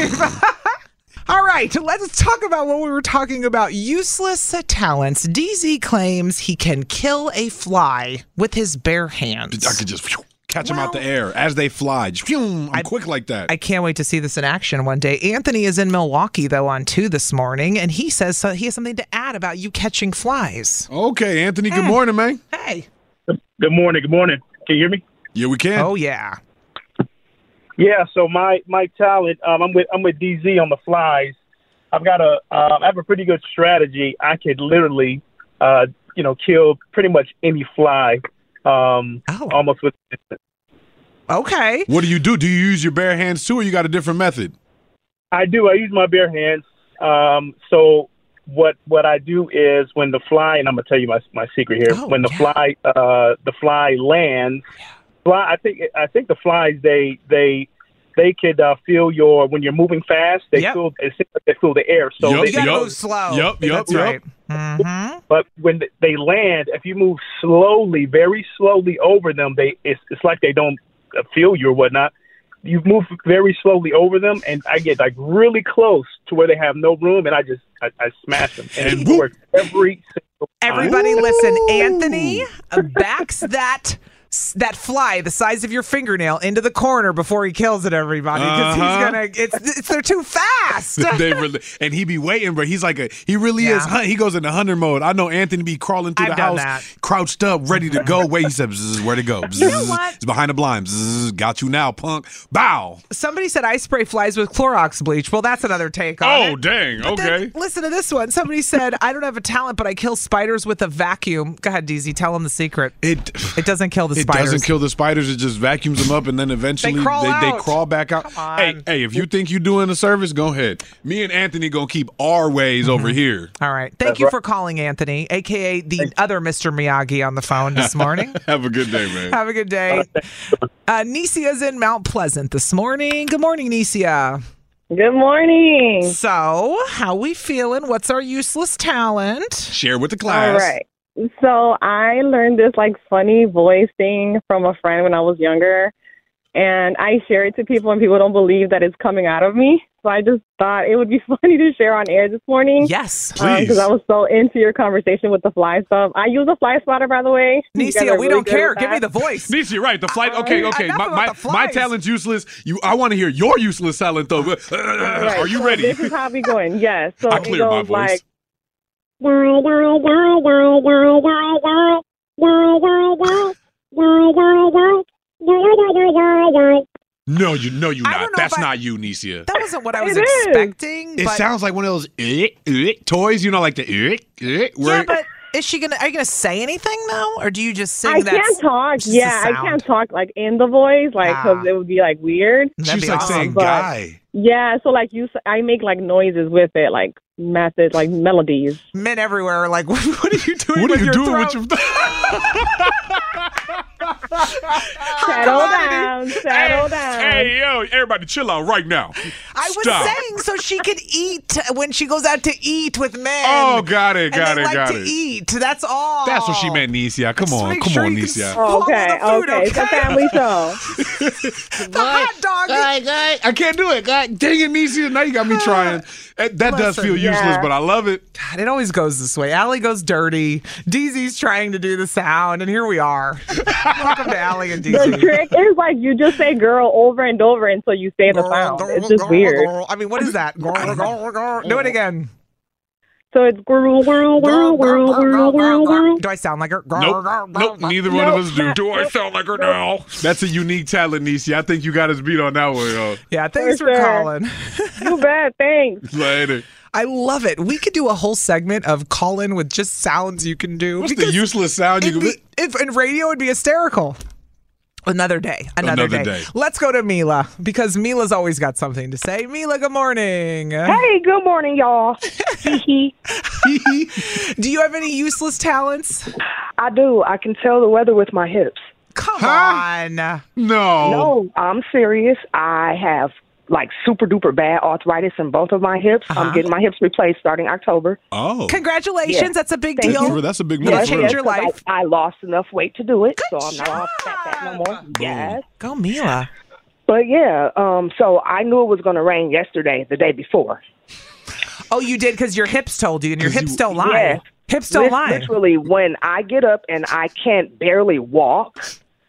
Speaker 2: All right, let's talk about what we were talking about. Useless talents. DZ claims he can kill a fly with his bare hands.
Speaker 3: I could just phew, catch them out the air as they fly. Just, phew, I'm quick like that.
Speaker 2: I can't wait to see this in action one day. Anthony is in Milwaukee though on two this morning, and he says so he has something to add about you catching flies. Eh.
Speaker 3: okay, Anthony, good morning, man.
Speaker 2: Hey.
Speaker 17: Good morning. Good morning. Can you hear me?
Speaker 3: Yeah, we can.
Speaker 2: Oh yeah.
Speaker 17: Yeah. So my my talent, um, I'm with I'm with DZ on the flies. I've got a uh, I have a pretty good strategy. I could literally, uh, you know, kill pretty much any fly, um, almost with.
Speaker 2: Oh. Okay.
Speaker 3: What do you do? Do you use your bare hands too, or you got a different method?
Speaker 17: I do. I use my bare hands. Um, so what what I do is when the fly, and I'm gonna tell you my my secret here.
Speaker 2: Oh,
Speaker 17: when the fly uh, the fly lands, fly. I think I think the flies they they they could uh, feel your when you're moving fast. They feel it seems like they feel the air. So
Speaker 3: Yup,
Speaker 17: they,
Speaker 3: You gotta yup. move slow. Mm-hmm. Yup, yup,
Speaker 17: That's
Speaker 3: yup.
Speaker 17: right. But when th- they land, if you move slowly, very slowly over them, they it's, it's like they don't uh, feel you or whatnot. You move very slowly over them, and I get like really close to where they have no room, and I just I, I smash them, and, it works every single time.
Speaker 2: Everybody, listen. Anthony
Speaker 3: Oh.
Speaker 2: backs that that fly the size of your fingernail into the corner before he kills it. Everybody, because
Speaker 3: Uh-huh.
Speaker 2: he's gonna. It's, it's they're too fast.
Speaker 3: they really, and he be waiting, bro. He's like a he really
Speaker 2: Yeah.
Speaker 3: is. hun- He goes into hunter mode. I know Anthony be crawling through
Speaker 2: I've
Speaker 3: the
Speaker 2: done
Speaker 3: house,
Speaker 2: that.
Speaker 3: crouched up, ready to go. Wait, he said, "Bzzz, "Where to go?"
Speaker 2: You know
Speaker 3: Bzzz,
Speaker 2: what?
Speaker 3: It's behind the blind. Bzzz, got you now, punk. Bow.
Speaker 2: Somebody said I spray flies with Clorox bleach. Well, that's another take on it.
Speaker 3: Oh, dang.
Speaker 2: But then
Speaker 3: Okay.
Speaker 2: listen to this one. Somebody said I don't have a talent, but I kill spiders with a vacuum. Go ahead, DZ. Tell them the secret.
Speaker 3: It
Speaker 2: it doesn't kill the
Speaker 3: It
Speaker 2: spiders.
Speaker 3: doesn't kill the spiders. It just vacuums them up, and then eventually they
Speaker 2: crawl
Speaker 3: they
Speaker 2: out.
Speaker 3: crawl back out. Hey, hey, if you think you're doing a service, go ahead. Me and Anthony gonna keep our ways over
Speaker 2: Mm-hmm.
Speaker 3: here.
Speaker 2: All right. Thank you for calling, Anthony, aka the other Mr. Miyagi, on the phone this morning.
Speaker 3: Have a good day, man.
Speaker 2: Have a good day. Uh, Nisia's in Mount Pleasant this morning. Good morning, Nisia.
Speaker 18: Good morning.
Speaker 2: So, how we feeling? What's our useless talent?
Speaker 3: Share with the class.
Speaker 18: All right. So I learned this like funny voice thing from a friend when I was younger, and I share it to people, and people don't believe that it's coming out of me. So I just thought it would be funny to share on air this morning.
Speaker 2: Yes,
Speaker 18: Because
Speaker 2: please.
Speaker 18: I was so into your conversation with the fly stuff. I use a fly spotter, by the way. You guys
Speaker 2: Nisia,
Speaker 18: are really
Speaker 2: we don't
Speaker 18: good
Speaker 2: care.
Speaker 18: with
Speaker 2: Give me
Speaker 18: that.
Speaker 2: the voice.
Speaker 3: Nisi, you're right. The flight.
Speaker 2: Uh,
Speaker 3: Okay,
Speaker 18: Um,
Speaker 3: okay.
Speaker 18: enough
Speaker 3: My
Speaker 18: about
Speaker 3: my,
Speaker 18: the
Speaker 3: my
Speaker 18: flies.
Speaker 3: talent's useless. You, I want to hear your useless talent though. Are you
Speaker 18: so
Speaker 3: ready?
Speaker 18: This is how we going. Yes. So
Speaker 3: I
Speaker 18: it
Speaker 3: cleared my
Speaker 18: goes
Speaker 3: voice.
Speaker 18: like whirl, whirl, whirl, whirl, whirl, whirl, whirl, whirl, whirl, whirl, whirl, whirl, whirl.
Speaker 3: No, you no, you not. That's not you, Nisia.
Speaker 2: That wasn't what I was expecting.
Speaker 3: It
Speaker 2: but
Speaker 3: sounds like one of those eh, eh, toys, you know, like the eh, eh, where
Speaker 2: yeah, but is she gonna? Are you gonna say anything though, or do you just sing?
Speaker 18: I
Speaker 2: that
Speaker 18: can't
Speaker 2: s-
Speaker 18: talk.
Speaker 2: just the
Speaker 18: Yeah, I
Speaker 2: sound? Ah.
Speaker 18: can't talk like in the voice, like because it would be like weird.
Speaker 2: That'd be awesome.
Speaker 18: But- Yeah, so like you, s- I make like noises with it, like method, like melodies.
Speaker 2: Men everywhere are like, what are you doing? What are you doing with your
Speaker 18: Settle down, settle
Speaker 3: hey,
Speaker 18: down.
Speaker 3: Hey, yo, everybody, chill out right now.
Speaker 2: I was
Speaker 3: Stop.
Speaker 2: saying so she could eat when she goes out to eat with men.
Speaker 3: Oh, got it,
Speaker 2: And
Speaker 3: got
Speaker 2: they
Speaker 3: it,
Speaker 2: like
Speaker 3: got
Speaker 2: to
Speaker 3: it.
Speaker 2: eat. That's all.
Speaker 3: That's what she meant, Nisia. Come on,
Speaker 2: make
Speaker 3: come
Speaker 2: sure
Speaker 3: on,
Speaker 2: you can
Speaker 3: Nisia.
Speaker 2: swallow
Speaker 18: Oh, Okay,
Speaker 2: the food,
Speaker 18: okay, it's a family show.
Speaker 2: the hot dog.
Speaker 3: I can't do it. God, dang it, Nisia. Now you got me trying. That, that does feel useless, but I love it.
Speaker 2: God, it always goes this way. Allie goes dirty. DZ's trying to do the sound, and here we are. Welcome to Allie and
Speaker 18: The
Speaker 2: DZ.
Speaker 18: trick is like you just say "girl" over and over until you say the sound. It's just weird.
Speaker 2: I mean, what is that? Grr, grr, grr. Do it again.
Speaker 18: So it's whirl, whirl, whirl, whirl, whirl, whirl, whirl.
Speaker 2: Do I sound like her? Grr,
Speaker 3: Nope.
Speaker 2: grr, grr.
Speaker 3: Nope, neither one of
Speaker 2: Nope.
Speaker 3: us do.
Speaker 2: Do I sound
Speaker 3: like her now? That's a unique talent, Nisia. I think you got us beat on that one, yo.
Speaker 2: Yeah, thanks for,
Speaker 18: sure.
Speaker 2: calling.
Speaker 18: You bet. Thanks.
Speaker 3: Later.
Speaker 2: I love it. We could do a whole segment of call in with just sounds you can do.
Speaker 3: What's the useless sound you
Speaker 2: it'd
Speaker 3: can-
Speaker 2: be, if in radio it'd be hysterical. Another day. Another,
Speaker 3: Another
Speaker 2: day.
Speaker 3: day.
Speaker 2: Let's go to Mila because Mila's always got something to say. Mila, good morning.
Speaker 19: Hey, good morning, y'all.
Speaker 2: do you have any useless talents?
Speaker 19: I do. I can tell the weather with my hips.
Speaker 2: Come on. No.
Speaker 19: No, I'm serious. I have like super duper bad arthritis in both of my hips.
Speaker 2: Uh-huh.
Speaker 19: I'm getting my hips replaced starting October.
Speaker 3: Oh.
Speaker 2: Congratulations.
Speaker 19: Yeah.
Speaker 2: That's a big
Speaker 19: Thank
Speaker 2: deal.
Speaker 19: you.
Speaker 3: That's a big
Speaker 2: move
Speaker 19: Yes,
Speaker 2: for
Speaker 19: yes,
Speaker 2: her.
Speaker 19: 'cause I-
Speaker 2: Life.
Speaker 19: I, lost enough weight to do it, so I'm not all fat, fat no more. Yes.
Speaker 2: Go, Mila.
Speaker 19: But yeah, um, so I knew it was going to rain yesterday, the day before.
Speaker 2: Oh, you did because your hips told you, and your hips don't lie.
Speaker 19: Yes.
Speaker 2: Hips don't
Speaker 19: Lit-
Speaker 2: lie.
Speaker 19: Literally, when I get up and I can't barely walk,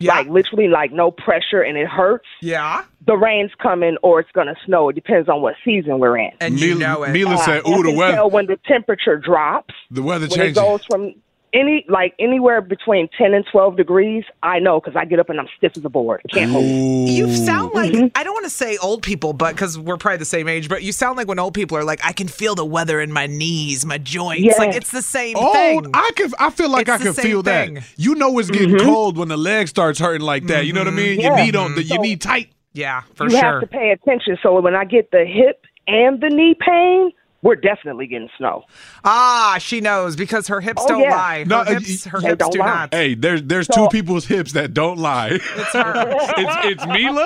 Speaker 19: like literally, like no pressure and it hurts.
Speaker 2: Yeah.
Speaker 19: The rain's coming or it's gonna snow. It depends on what season we're in. Uh,
Speaker 2: And you Mil- know it.
Speaker 3: Mila said,
Speaker 19: I
Speaker 3: "Ooh, the
Speaker 19: can
Speaker 3: weather-
Speaker 19: Tell when the temperature drops,
Speaker 3: The weather
Speaker 19: when it
Speaker 3: changes.
Speaker 19: goes from any like anywhere between ten and twelve degrees, I know because I get up and I'm stiff as a board. Can't move.
Speaker 2: You sound like I don't want to say old people, but because we're probably the same age, but you sound like when old people are like, I can feel the weather in my knees, my joints.
Speaker 3: Yes.
Speaker 2: Like it's the same
Speaker 3: Old,
Speaker 2: thing.
Speaker 3: Oh, I can. I feel like I
Speaker 2: It's the
Speaker 3: can
Speaker 2: same
Speaker 3: feel
Speaker 2: thing.
Speaker 3: that. You know it's getting
Speaker 2: Mhm.
Speaker 3: cold when the leg starts hurting like that. You know what I mean? Your
Speaker 19: Mm-hmm. Yeah.
Speaker 3: knee don't. Your
Speaker 19: So-
Speaker 3: knee tight.
Speaker 2: Mm-hmm. Yeah,
Speaker 19: you have to pay attention. So when I get the hip and the knee pain, we're definitely getting snow.
Speaker 2: Ah, she knows because her hips
Speaker 19: Oh,
Speaker 2: don't
Speaker 19: yeah.
Speaker 2: lie. Her
Speaker 3: No, uh,
Speaker 2: hips, her
Speaker 3: they
Speaker 2: hips
Speaker 3: don't
Speaker 2: do
Speaker 3: lie.
Speaker 2: not.
Speaker 3: Hey, there's there's two people's hips that don't lie. It's
Speaker 2: her.
Speaker 3: it's, it's Mila.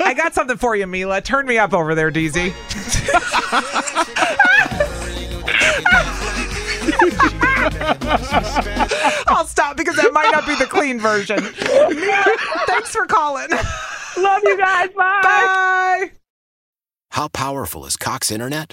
Speaker 2: I got something for you, Mila. Turn me up over there, DZ. I'll stop because that might not be the clean version. Mila, thanks for calling.
Speaker 19: Love you guys. Bye.
Speaker 2: Bye.
Speaker 20: How powerful is Cox Internet?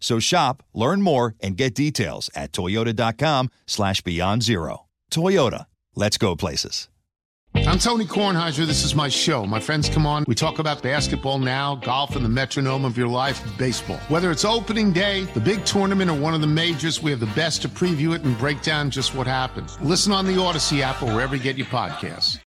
Speaker 21: So shop, learn more, and get details at toyota.com slash beyond zero. Toyota, let's go places.
Speaker 9: I'm Tony Kornheiser. This is my show. My friends come on. We talk about basketball now, golf, and the metronome of your life, baseball. Whether it's opening day, the big tournament, or one of the majors, we have the best to preview it and break down just what happens. Listen on the Odyssey app or wherever you get your podcasts.